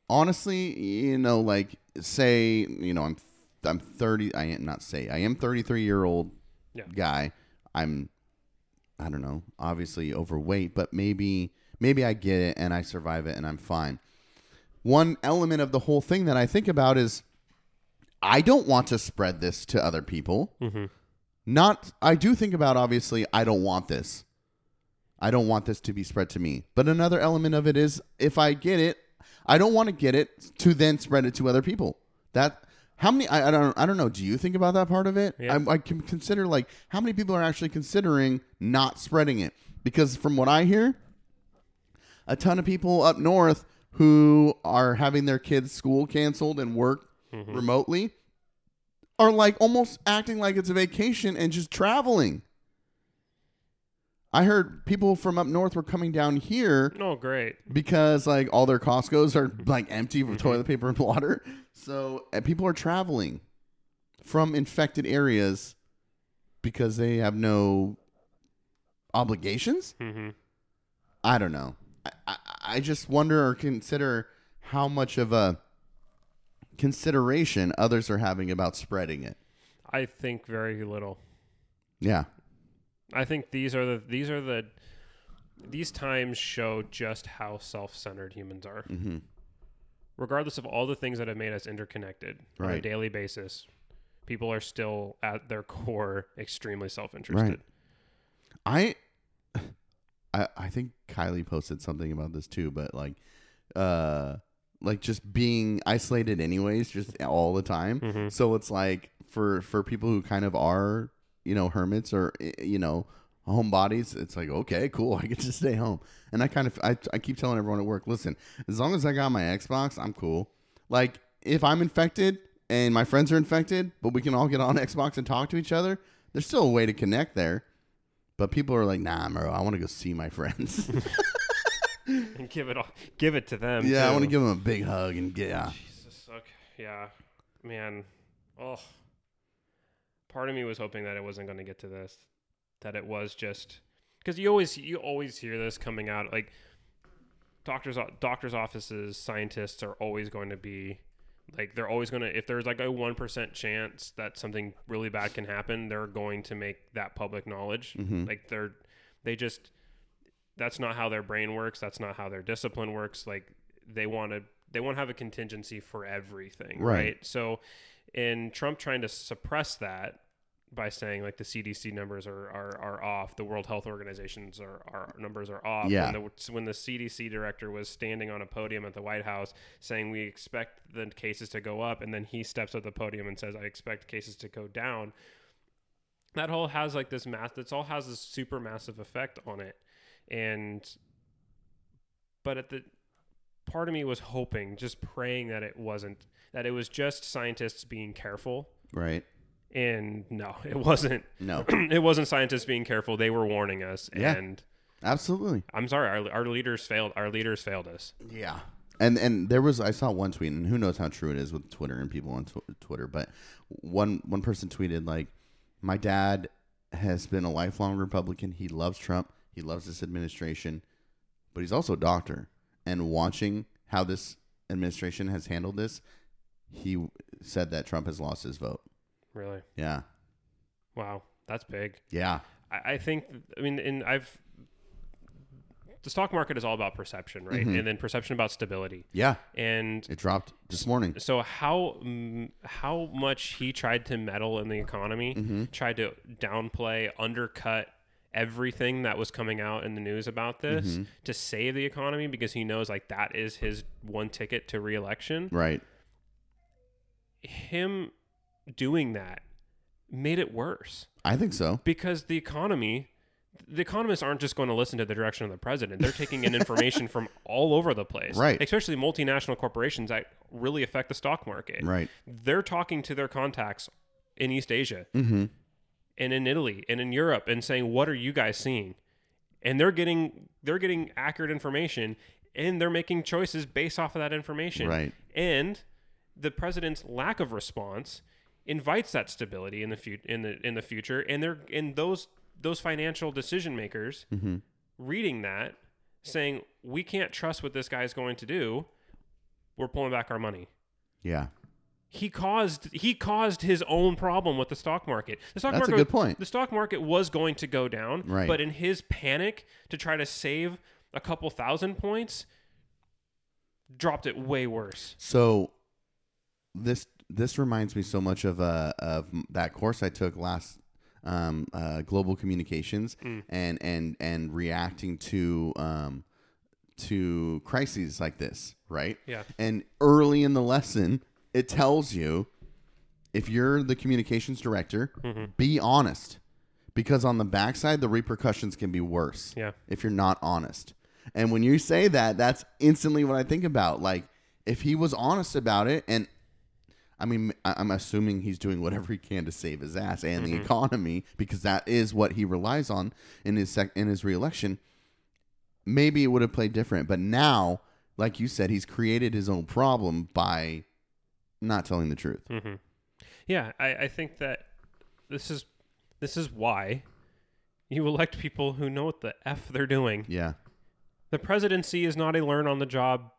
honestly, you know, like say, you know, I'm I'm thirty. I am not say I am thirty three year old
Yeah.
guy. I'm I don't know, obviously overweight, but maybe maybe I get it and I survive it and I'm fine. One element of the whole thing that I think about is I don't want to spread this to other people. Not I do think about obviously I don't want this. I don't want this to be spread to me. But another element of it is if I get it, I don't want to get it to then spread it to other people. That how many I, I don't I don't know. Do you think about that part of it?
Yeah.
I, I can consider like how many people are actually considering not spreading it because from what I hear, a ton of people up north who are having their kids' school canceled and work remotely are like almost acting like it's a vacation and just traveling. I heard people from up north were coming down here
Oh, great.
because like all their Costco's are like empty with toilet paper and water. So and people are traveling from infected areas because they have no obligations.
Mm-hmm.
I don't know. I, I, I just wonder or consider how much of a consideration others are having about spreading it.
I think very little.
Yeah.
I think these are the these are the these times show just how self-centered humans are.
Mhm.
Regardless of all the things that have made us interconnected on a
Right.
daily basis, people are still at their core extremely self-interested.
Right. I I I think Kylie posted something about this too, but like uh like just being isolated anyways just all the time.
Mhm.
So it's like for for people who kind of are, you know, hermits or eh, you know, homebodies, it's like okay, cool, I get to stay home. And I kind of I I keep telling everyone at work, listen, as long as I got my Xbox, I'm cool. Like if I'm infected and my friends are infected, but we can all get on Xbox and talk to each other, there's still a way to connect there. But people are like, nah, bro, I want to go see my friends.
And give it all give it to them.
yeah, I
too.
want to give them a big hug and get, yeah.
Jesus, okay. Yeah. Man. Oh. Part of me was hoping that it wasn't going to get to this. That it was just cuz you always you always hear this coming out like doctors doctors offices, scientists are always going to be like they're always going to if there's like a 1% chance that something really bad can happen, they're going to make that public knowledge. Like they're they just that's not how their brain works that's not how their discipline works like they want to they want to have a contingency for everything right.
Right.
so in trump trying to suppress that by saying like the cdc numbers are are, are off the world health organizations are, are numbers are off
Yeah.
when the, when the cdc director was standing on a podium at the white house saying we expect the cases to go up and then he steps up the podium and says i expect cases to go down that all has like this mass that's all has this super massive effect on it and but at the part of me was hoping just praying that it wasn't that it was just scientists being careful
Right?
and no it wasn't
No.
it wasn't scientists being careful they were warning us
Yeah.
and
Absolutely.
i'm sorry our, our leaders failed our leaders failed us
Yeah. And and there was I saw one tweet and who knows how true it is with Twitter and people on tw- Twitter, but one one person tweeted like my dad has been a lifelong Republican. He loves Trump. He loves this administration, but he's also a doctor and watching how this administration has handled this, he w- said that Trump has lost his vote.
really
Yeah.
wow that's big
Yeah.
I, I think I mean and I've the stock market is all about perception, right?
Mm-hmm.
And then perception about stability.
Yeah.
And
It dropped this morning.
so how mm, how much he tried to meddle in the economy,
Mm-hmm.
tried to downplay, undercut everything that was coming out in the news about this
Mm-hmm.
to save the economy because he knows like that is his one ticket to reelection
Right.
him doing that made it worse
I think so.
because the economy the economists aren't just going to listen to the direction of the president they're taking in information from all over the place
Right.
especially multinational corporations that really affect the stock market
Right.
they're talking to their contacts in east asia
Mhm.
and in italy and in europe and saying what are you guys seeing and they're getting they're getting accurate information and they're making choices based off of that information
Right.
and the president's lack of response invites that stability in the fut in the in the future and they're and those those financial decision makers
Mm-hmm.
reading that saying we can't trust what this guy is going to do we're pulling back our money
Yeah.
he caused he caused his own problem with the stock market. The stock
That's a
market,
good point.
The stock market was going to go down,
Right.
but in his panic to try to save a couple thousand points, dropped it way worse.
So this this reminds me so much of uh of that course I took last um, uh, global communications and and and reacting to um, to crises like this, right?
Yeah.
And early in the lesson, it tells you if you're the communications director, be honest. Because on the backside, the repercussions can be worse
Yeah.
if you're not honest. And when you say that, that's instantly what I think about. Like, if he was honest about it, and I mean, I- I'm assuming he's doing whatever he can to save his ass and
Mm-hmm.
the economy because that is what he relies on in his sec- in his reelection. Maybe it would have played different, but now, like you said, he's created his own problem by not telling the truth.
Hmm. Yeah, I, I think that this is this is why you elect people who know what the f they're doing.
Yeah,
The presidency is not a learn on the job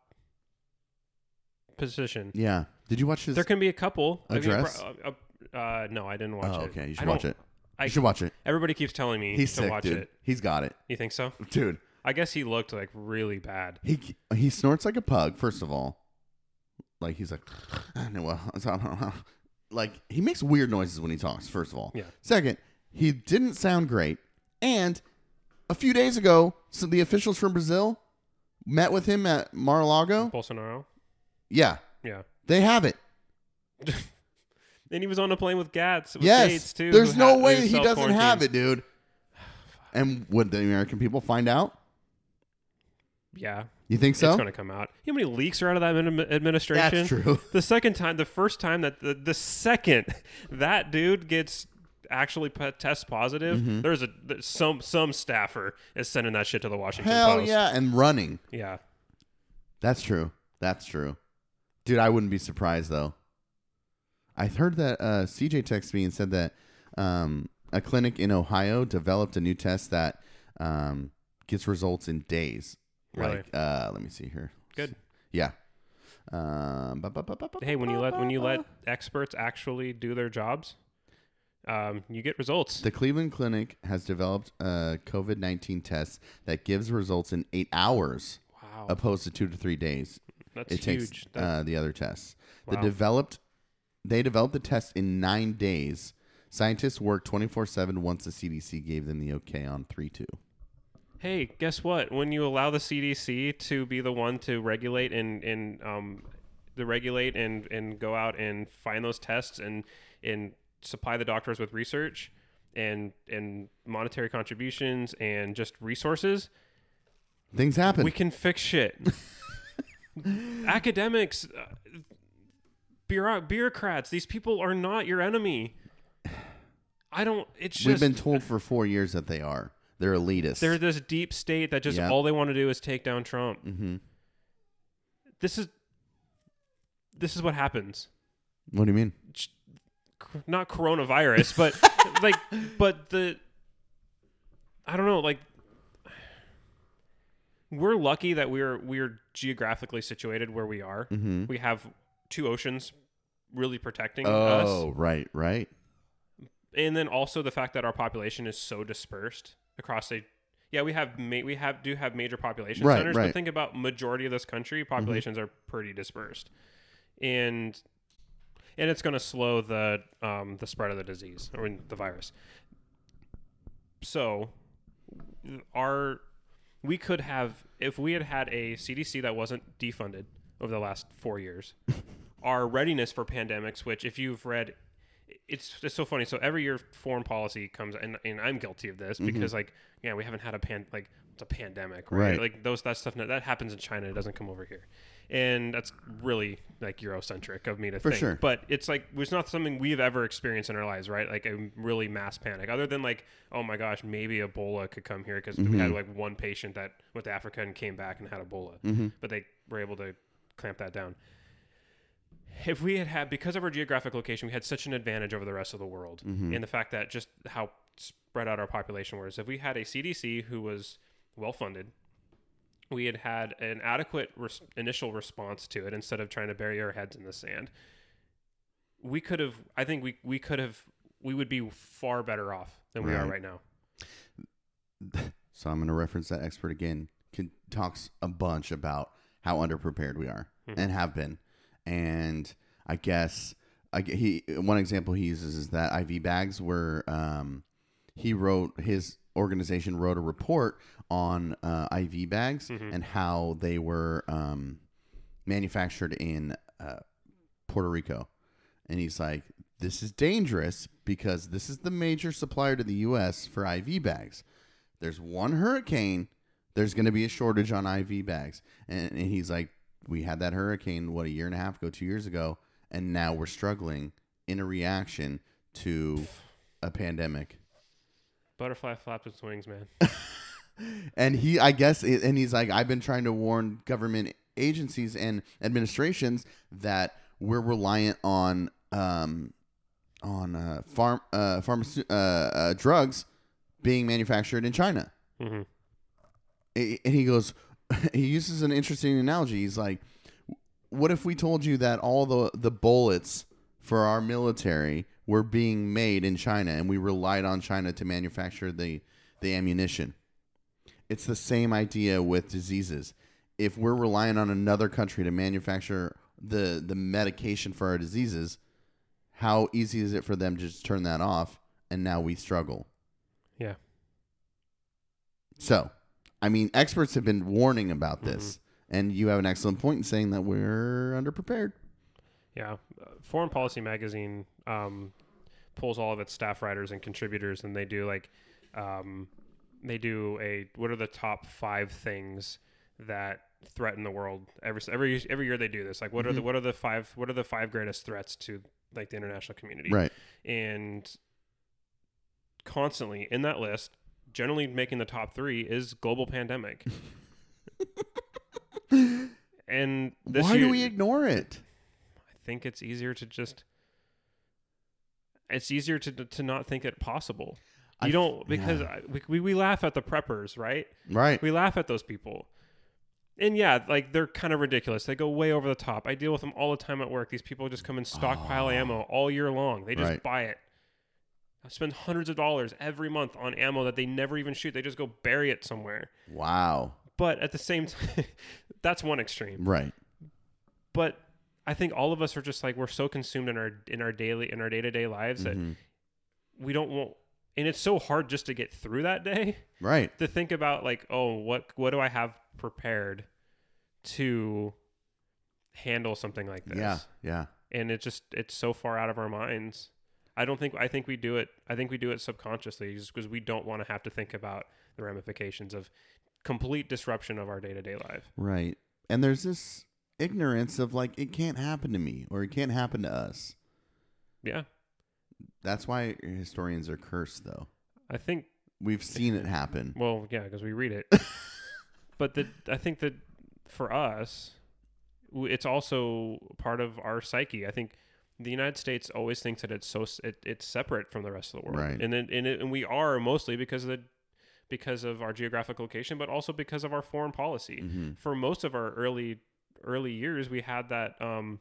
position.
yeah. Did you watch his?
There can be a couple. I mean,
Address?
uh, uh, uh, no, I didn't watch
oh,
it.
okay. You
I
should watch
don't-
it.
I-
you should watch it.
Everybody keeps telling me
He's
to
sick,
watch
dude.
it.
He's got it,
You think so?
dude.
I guess he looked like really bad.
He he snorts like a pug. First of all, like he's like, I know well, I don't know. like he makes weird noises when he talks. First of all,
Yeah.
Second, he didn't sound great. And a few days ago, so the officials from Brazil met with him at Mar-a-Lago.
Bolsonaro.
Yeah,
Yeah.
they have it.
And he was on a plane with Gats. With
yes,
Gates too,
there's
who
no
ha-
way
who
he doesn't
self-quarantined.
have it, dude. And would the American people find out?
Yeah.
You think so?
It's going to come out. You know how many leaks are out of that admin- administration?
That's true.
The second time, the first time that the, the second that dude gets actually p- test positive,
Mm-hmm.
there's a there's some some staffer is sending that shit to the Washington
Hell
Post.
yeah, and running.
Yeah.
That's true. That's true. Dude, I wouldn't be surprised though. I heard that uh, CJ texted me and said that um, a clinic in Ohio developed a new test that um, gets results in days.
Really?
Like, uh, let me see here.
Good.
Yeah. Um, ba- ba- ba- ba- ba-
Hey, when you let when you
ba-
let experts actually do their jobs, um, you get results.
The Cleveland Clinic has developed a COVID 19 test that gives results in eight hours
wow.
opposed to two to three days.
That's
it takes
huge. That-
uh, the other tests. The
Wow.
developed they developed the test in nine days. Scientists worked twenty four seven once the CDC gave them the okay on three two.
Hey, guess what? When you allow the CDC to be the one to regulate and and um, the regulate and and go out and find those tests and and supply the doctors with research and and monetary contributions and just resources,
Things happen.
we can fix shit. Academics, uh, bureau- bureaucrats, these people are not your enemy. I don't. It's just
We've been told for four years that they are. They're elitist.
they're this deep state that just
Yeah.
all they want to do is take down Trump. Mm-hmm. This is this is what happens.
what do you mean?
Ch- cr- Not coronavirus, but like, but the I don't know. Like, we're lucky that we're we're geographically situated where we are. We have two oceans really protecting us
Oh, right, right.
and then also the fact that our population is so dispersed across a yeah we have ma- we have do have major population
Right,
centers
right. Mm-hmm.
but think about majority of this country populations are pretty dispersed and and it's going to slow the um, the spread of the disease or the virus so our we could have if we had had a CDC that wasn't defunded over the last four years. our readiness for pandemics, which if you've read, it's it's so funny. So every year foreign policy comes, and, and I'm guilty of this because like yeah, we haven't had a pan like it's a pandemic, right?
Right.
Like those that stuff that happens in China, it doesn't come over here. And that's really like Eurocentric of me to
For
think,
sure.
but it's like it's not something we've ever experienced in our lives, right? Like a really mass panic, other than like, oh my gosh, maybe Ebola could come here because we
Mm-hmm.
had like one patient that went to Africa and came back and had Ebola,
Mm-hmm.
but they were able to clamp that down. If we had had because of our geographic location, we had such an advantage over the rest of the world,
Mm-hmm.
and the fact that just how spread out our population was. If we had a CDC who was well funded, we had had an adequate res- initial response to it instead of trying to bury our heads in the sand. We could have, I think we, we could have, we would be far better off than we are
Right.
right now.
So I'm going to reference that expert again. Can, talks a bunch about how underprepared we are and have been, and I guess I, g- he one example he uses is that IV bags were um, he wrote his organization wrote a report on uh, IV bags and how they were um, manufactured in uh, Puerto Rico, and he's like, "This is dangerous because this is the major supplier to the U.S. for IV bags. There's one hurricane." There's going to be a shortage on IV bags, and, and he's like, "We had that hurricane what a year and a half ago, two years ago, and now we're struggling in a reaction to a pandemic.
Butterfly flapped its wings, man.
And he, I guess, and he's like, I've been trying to warn government agencies and administrations that we're reliant on um, on uh, farm uh, pharmace- uh, uh, drugs being manufactured in China.
Mhm.
A- And he goes, he uses an interesting analogy. He's like, what if we told you that all the the bullets for our military were being made in China and we relied on China to manufacture the the ammunition? It's the same idea with diseases. If we're relying on another country to manufacture the the medication for our diseases, how easy is it for them to just turn that off and now we struggle?
Yeah.
So, I mean, experts have been warning about
Mm-hmm.
this, and you have an excellent point in saying that we're underprepared.
Yeah, Uh, Foreign Policy Magazine um, pulls all of its staff writers and contributors, and they do like um, they do a what are the top five things that threaten the world every every every year they do this. Like what are the
Mm-hmm.
what are the five what are the five greatest threats to like the international community?
Right.
and constantly in that list, generally making the top three is global pandemic. and this
Why
year,
do we ignore it?
I think it's easier to just. It's easier to to not think it possible.
I-
You don't because I, we- we we laugh at the preppers, right?
Right.
We laugh at those people. And yeah, like they're kind of ridiculous. They go way over the top. I deal with them all the time at work. These people just come and stockpile ammo all year long. They just
Right.
buy it. I spend hundreds of dollars every month on ammo that they never even shoot. They just go bury it somewhere.
Wow.
But at the same time, that's one extreme.
Right.
But I think all of us are just like we're so consumed in our in our daily in our day to day lives
Mm-hmm.
that we don't want. And it's so hard just to get through that day
Right.
to think about like oh what what do i have prepared to handle something like this
Yeah. Yeah.
and it just it's so far out of our minds i don't think i think we do it i think we do it subconsciously just because we don't want to have to think about the ramifications of complete disruption of our day-to-day life
Right. And there's this ignorance of like it can't happen to me or it can't happen to us.
yeah
That's why historians are cursed, though.
i think
We've seen it happen.
well yeah because we read it but the i think that for us w- it's also part of our psyche i think the united states always thinks that it's so s- it, it's separate from the rest of the world
Right.
and then and, it, and we are mostly because of the because of our geographic location but also because of our foreign policy
Mm-hmm.
for most of our early early years we had that um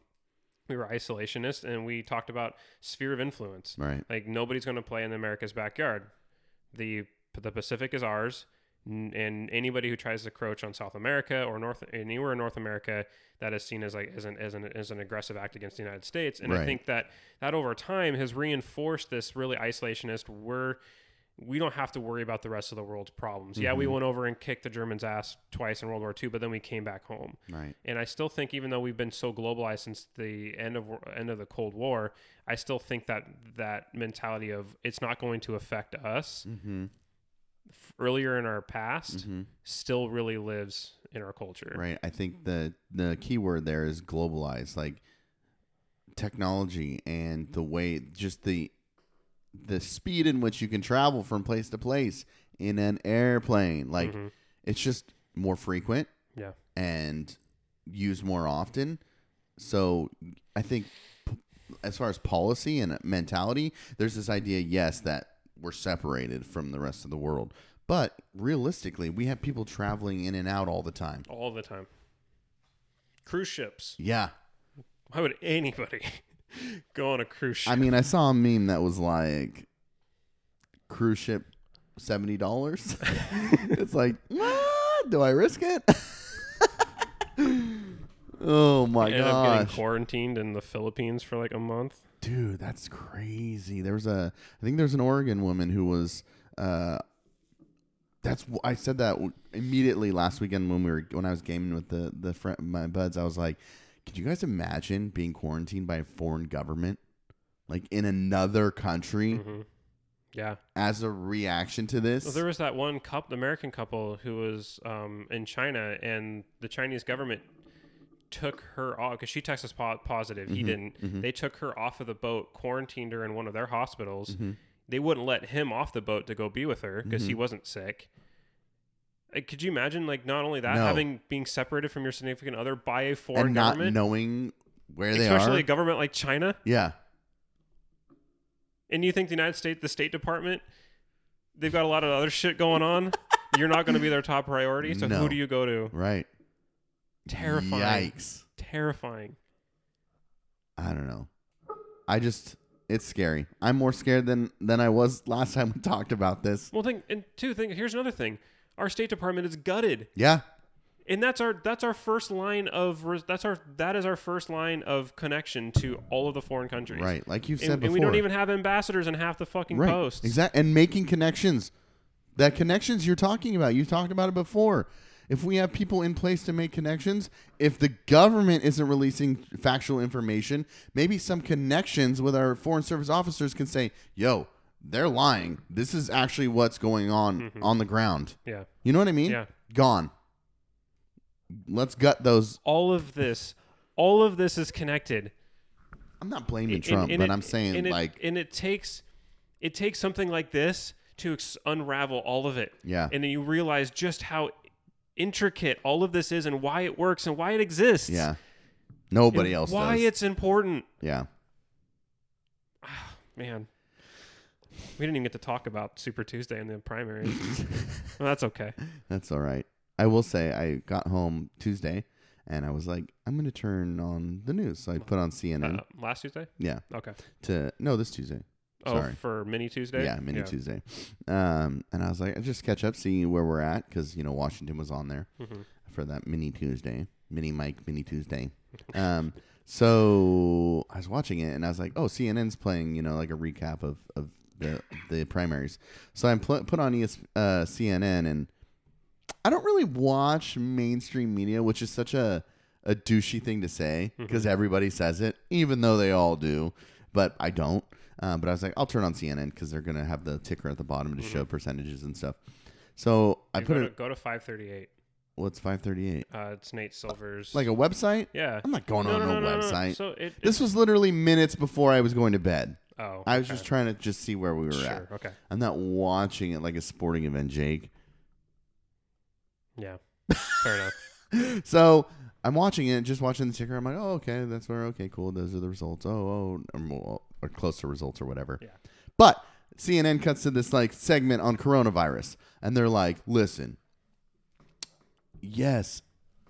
we were isolationist and we talked about sphere of influence
Right.
like nobody's going to play in America's backyard. The the Pacific is ours, n- and anybody who tries to encroach on South America or North anywhere in North America that is seen as like as an as an, as an aggressive act against the United States. And
Right.
I think that that over time has reinforced this really isolationist we're we don't have to worry about the rest of the world's problems. Yeah,
Mm-hmm.
we went over and kicked the Germans' ass twice in World War II, but then we came back home.
Right.
And I still think, even though we've been so globalized since the end of end of the Cold War, I still think that that mentality of it's not going to affect us
Mm-hmm.
f- earlier in our past
Mm-hmm.
still really lives in our culture.
Right. I think the the key word there is globalized, like technology and the way just the the speed in which you can travel from place to place in an airplane. Like
Mhm.
it's just more frequent
Yeah.
and used more often. So I think p- as far as policy and mentality, there's this idea, yes, that we're separated from the rest of the world. But realistically, we have people traveling in and out all the time.
All the time. Cruise ships.
Yeah.
Why would anybody go on a cruise ship?
I mean, I saw a meme that was like cruise ship seventy dollars. it's like, "Ah, do I risk it? oh my
End up getting
gosh,
quarantined in the Philippines for like a month.
dude, that's crazy. There was a, I think there was an Oregon woman who was uh, that's wh- I said that w- immediately last weekend when we were when I was gaming with the the friend my buds. I was like, could you guys imagine being quarantined by a foreign government, like in another country,
Yeah.
as a reaction to this?
Well, there Mm-hmm. was that one couple, American couple, who was um, in China, and the Chinese government took her off because she texted us po- positive.
Mm-hmm.
He didn't. They took her off of the boat, quarantined her in one of their hospitals.
Mm-hmm.
They wouldn't let him off the boat to go be with her because he wasn't sick. Like, could you imagine, like, not only that,
No.
having being separated from your significant other by a foreign
and not
government,
knowing where they
especially
are.
a government like China?
yeah,
And you think the United States, the State Department, they've got a lot of other shit going on? You're not going to be their top priority. So
No.
who do you go to?
right.
Terrifying.
Yikes.
Terrifying.
I don't know. I just it's scary. I'm more scared than than I was last time we talked about this.
Well, think and two thing. Here's another thing. Our State Department is gutted,
Yeah.
and that's our that's our first line of re- that's our that is our first line of connection to all of the foreign countries.
Right. Like you've
And,
said
and
before.
we don't even have ambassadors in half the fucking
right.
posts.
Exactly. And making connections. That connections you're talking about. You've talked about it before. If we have people in place to make connections, if the government isn't releasing factual information, maybe some connections with our foreign service officers can say, "Yo, they're lying. This is actually what's going on
Mm-hmm.
on the ground."
Yeah.
You know what I mean?
Yeah.
Gone. Let's gut those.
All of this, all of this is connected.
I'm not blaming
And-
Trump,
and
but
it-
I'm saying
and it-
like
and it takes it takes something like this to ex- unravel all of it.
Yeah.
and then you realize just how intricate all of this is, and why it works, and why it exists.
yeah. Nobody
and
else
Why
does.
it's important,
yeah.
man. We didn't even get to talk about Super Tuesday in the primaries. well, that's okay.
That's all right. I will say I got home Tuesday and I was like, I'm going to turn on the news. So I put on CNN.
Uh, last Tuesday.
yeah.
Okay.
To no, this Tuesday.
Oh,
Sorry.
for Mini Tuesday.
Yeah, mini Tuesday. Um, and I was like, I just catch up, see where we're at, because you know Washington was on there for that mini Tuesday, mini Mike, mini Tuesday. Um, so I was watching it, and I was like, oh, CNN's playing, you know, like a recap of of the the primaries. So I pl- put on ES, uh, CNN, and I don't really watch mainstream media, which is such a a douchey thing to say
Mm-hmm.
because everybody says it, even though they all do. But I don't. Um, but I was like, I'll turn on CNN because they're gonna have the ticker at the bottom to
Mm-hmm.
show percentages and stuff. So I
Hey,
put
go, to,
it.
go to 538.
What's five thirty eight?
Uh, it's Nate Silver's.
Like a website?
yeah.
I'm not going
No,
on
no,
no,
no, no, no.
website.
So it,
this was literally minutes before I was going to bed.
oh,
I was
okay.
just trying to just see where we were
sure.
at.
Okay.
I'm not watching it like a sporting event, Jake.
Yeah. Fair enough.
So I'm watching it, just watching the ticker. I'm like, oh, okay, that's where, okay, cool. Those are the results. Oh, oh, or, more- or close to results or whatever.
Yeah.
But CNN cuts to this like segment on coronavirus, and they're like, listen, yes,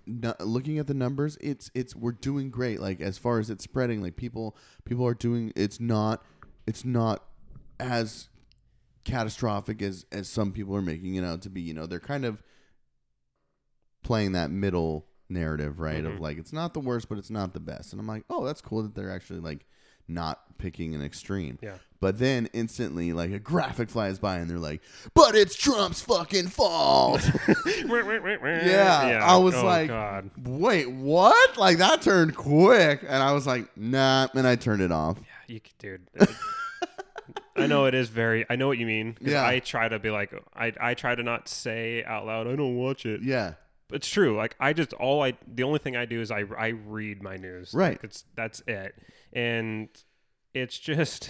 no, looking at the numbers, it's it's we're doing great. Like as far as it's spreading, like people people are doing. It's not it's not as catastrophic as as some people are making it out to be. You know, they're kind of playing that middle narrative, right? Of like it's not the worst, but it's not the best. And I'm like, oh, that's cool that they're actually like not picking an extreme.
Yeah.
But then instantly, like a graphic flies by, and they're like, "But it's Trump's fucking fault." yeah, I was
oh,
like,
God.
"Wait, what?" Like that turned quick, and I was like, "Nah," and I turned it off.
You, c- dude. it- I know it is very. I know what you mean. 'cause
Yeah.
I try to be like. I I try to not say out loud. I don't watch it.
Yeah,
It's true. Like I just all I the only thing I do is I I read my news.
Right.
Like, it's that's it. And it's just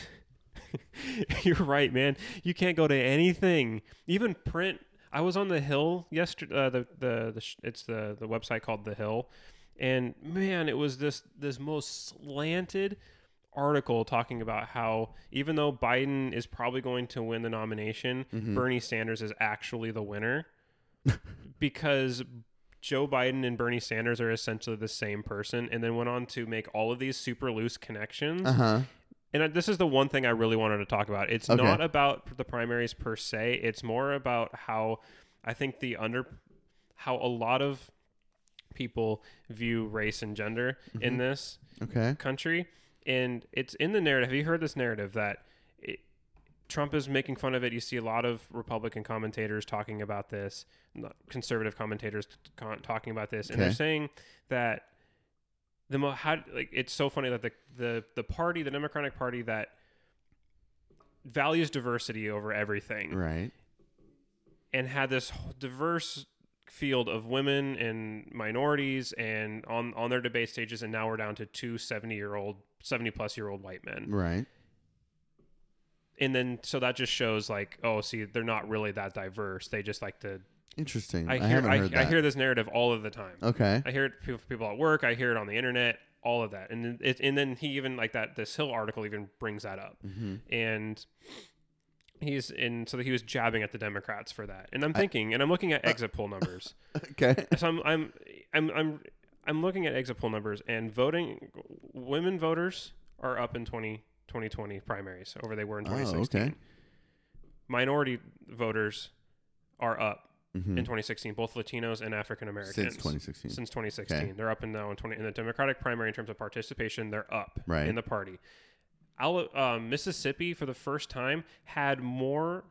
you're right, man. You can't go to anything, even print. I was on the Hill yesterday. Uh, the the, the sh- it's the the website called the Hill, and man, it was this this most slanted article talking about how even though Biden is probably going to win the nomination, Bernie Sanders is actually the winner because Joe Biden and Bernie Sanders are essentially the same person, and then went on to make all of these super loose connections.
uh huh.
And I- this is the one thing I really wanted to talk about. It's
Okay.
not about the primaries per se. It's more about how I think the under how a lot of people view race and gender in this
Okay.
country and it's in the narrative have you heard this narrative that it, Trump is making fun of it. You see a lot of Republican commentators talking about this, not- conservative commentators con- talking about this, and they're
Okay.
saying that the mo- how like it's so funny that the the the party, the Democratic Party, that values diversity over everything,
Right.
and had this wh- diverse field of women and minorities and on on their debate stages and now we're down to two 70 year old 70 plus year old white men
Right.
and then so that just shows like oh see they're not really that diverse they just like to
Interesting. Mm, I,
i hear
haven't
I,
heard
I
that.
hear this narrative all of the time
okay.
i hear it people, people at work i hear it on the internet all of that and then it, and then he even like that this hill article even brings that up and he's in so he was jabbing at the democrats for that and i'm thinking and i'm looking
Uh,
at exit poll numbers
Okay.
so I'm I'm I'm I'm I'm looking at exit poll numbers and voting women voters are up in 20, 2020 primaries over they were in
Oh,
2016.
okay.
Minority voters are up
Mhm.
in 2016 both Latinos and African Americans.
Since 2016.
Since 2016. They're up in now in 20 in the Democratic primary in terms of participation, they're up
Right.
in the party. Al- uh, Mississippi for the first time had more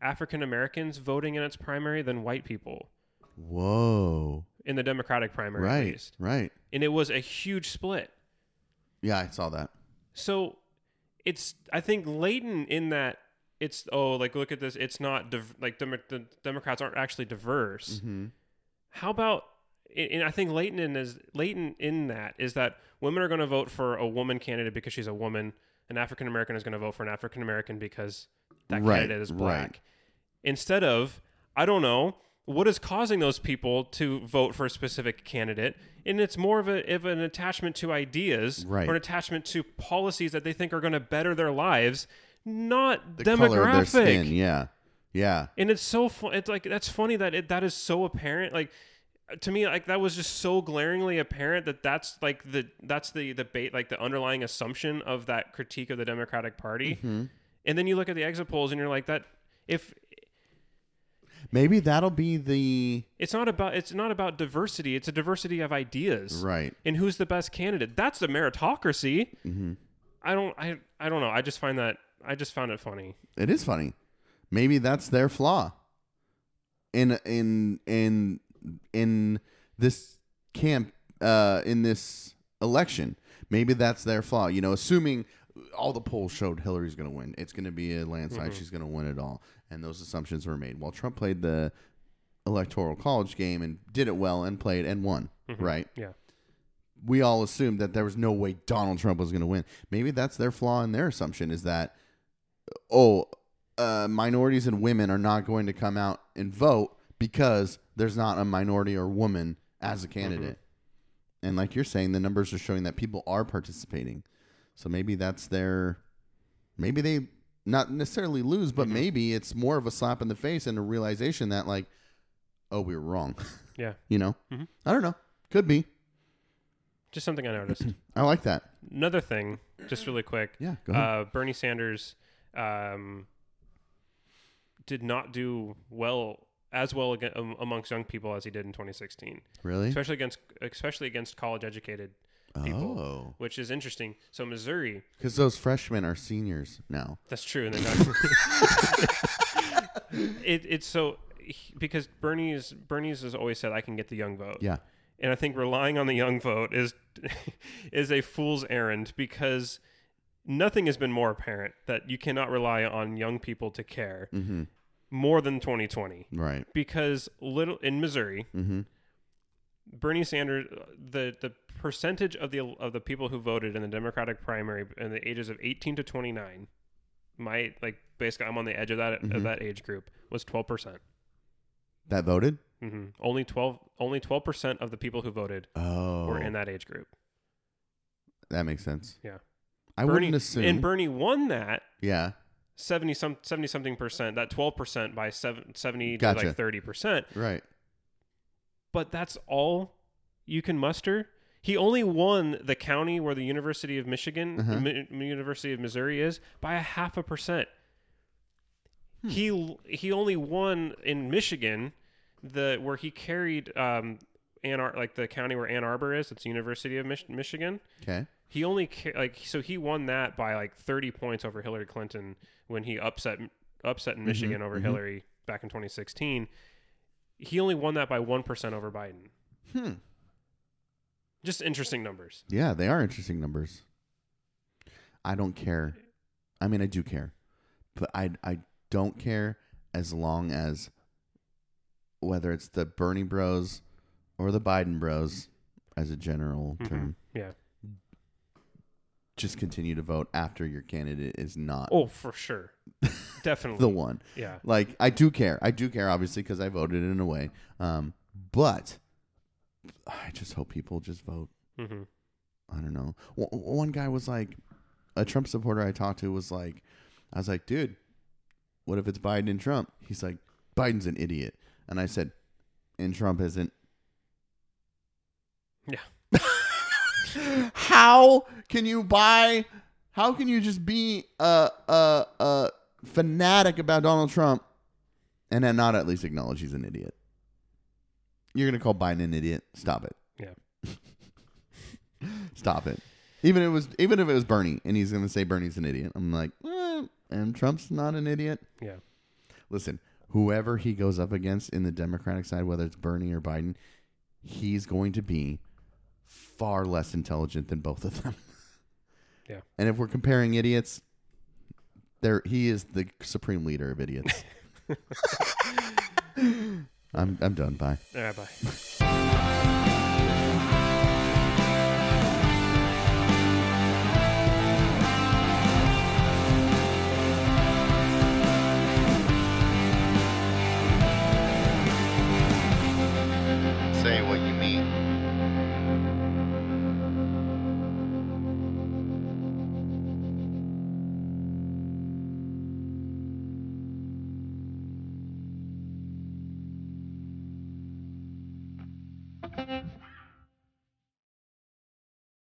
African Americans voting in its primary than white people
Whoa.
in the Democratic primary at
Right.
least.
Right.
And it was a huge split.
Yeah, I saw that.
So it's I think latent in that it's oh like look at this it's not div- like Demo- the Democrats aren't actually diverse.
Mhm.
How about and and I think latent in is latent in that is that women are going to vote for a woman candidate because she's a woman. An African American is going to vote for an African American because that
Right,
candidate is
right.
black. Instead of I don't know what is causing those people to vote for a specific candidate, and it's more of, a, of an attachment to ideas
Right.
or an attachment to policies that they think are going to better their lives, not
The
demographic.
color of their skin. Yeah. Yeah.
And it's so fu- it's like that's funny that it that is so apparent. Like to me, like that was just so glaringly apparent that that's like the that's the the bait like the underlying assumption of that critique of the Democratic Party. And then you look at the exit polls and you're like that if
Maybe that'll be the
it's not about it's not about diversity, it's a diversity of ideas.
right.
And who's the best candidate? That's the meritocracy. I don't I I don't know. I just find that I just found it funny.
It is funny. Maybe that's their flaw. In in in in this camp uh in this election. Maybe that's their flaw. You know, assuming all the polls showed Hillary's going to win. It's going to be a landslide. She's going to win it all. And those assumptions were made. While Trump played the electoral college game and did it well and played and won, right?
Yeah.
we all assumed that there was no way Donald Trump was going to win. Maybe that's their flaw in their assumption is that, oh, uh, minorities and women are not going to come out and vote because there's not a minority or woman as
Mm-hmm.
a candidate. And like you're saying, the numbers are showing that people are participating. So maybe that's their, maybe they not necessarily lose,
Mm-hmm.
but maybe it's more of a slap in the face and a realization that, like, oh, we were wrong.
Yeah.
you know?
Mm-hmm.
I don't know. Could be.
Just something I noticed.
I like that.
Another thing, just really quick.
Yeah, go ahead.
Uh, Bernie Sanders um, did not do well as well ag- am- amongst young people as he did in 2016,
Really?
especially against especially against college educated people,
Oh,
which is interesting. So Missouri,
because those freshmen are seniors now.
that's true. And they're not. it, it's so he- because Bernie's Bernie's has always said I can get the young vote.
Yeah.
and I think relying on the young vote is is a fool's errand because nothing has been more apparent that you cannot rely on young people to care more than 2020
Mm-hmm. Right. Mm-hmm.
because little in Missouri, Bernie Sanders, the the percentage of the of the people who voted in the Democratic primary in the ages of 18 to 29, my like basically I'm on the edge of that of that age group was 12 percent.
That voted.
hmm Only 12 only 12 percent of the people who voted
Oh,
were in that age group.
that makes sense.
Yeah.
I
Bernie,
wouldn't assume.
And Bernie won that
yeah.
70 some 70 something percent, that 12% by seven, 70 to
Gotcha.
like 30%.
Right.
But that's all you can muster. He only won the county where the University of Michigan,
Uh-huh.
Mi- University of Missouri is by a half a percent.
Hmm.
He he only won in Michigan, the where he carried um, Ann Ar- like the county where Ann Arbor is. It's the University of Mich- Michigan.
Okay.
He only ca- like so he won that by like 30 points over Hillary Clinton when he upset upset Michigan over Hillary back in 2016. He only won that by 1% over Biden.
Hmm.
Just interesting numbers.
Yeah, they are interesting numbers. I don't care. I mean, I do care, but I I don't care as long as whether it's the Bernie Bros or the Biden Bros, as a general
Mm-hmm.
term,
Yeah.
just continue to vote after your candidate is not
Oh, for sure. Definitely.
the one.
Yeah.
Like I do care. I do care, obviously, because I voted in a way. Um, but I just hope people just vote.
hmm
I don't know. W- one guy was like, a Trump supporter I talked to was like, I was like, dude, what if it's Biden and Trump? He's like, Biden's an idiot. And I said, and Trump isn't.
Yeah.
How can you buy? How can you just be a a a fanatic about Donald Trump and then not at least acknowledge he's an idiot? You're gonna call Biden an idiot. Stop it.
Yeah.
Stop it. Even if it was even if it was Bernie and he's gonna say Bernie's an idiot, I'm like, eh, and Trump's not an idiot.
Yeah.
Listen, whoever he goes up against in the Democratic side, whether it's Bernie or Biden, he's going to be far less intelligent than both of them.
Yeah.
And if we're comparing idiots, there he is the supreme leader of idiots. I'm I'm done. Bye.
All right, bye.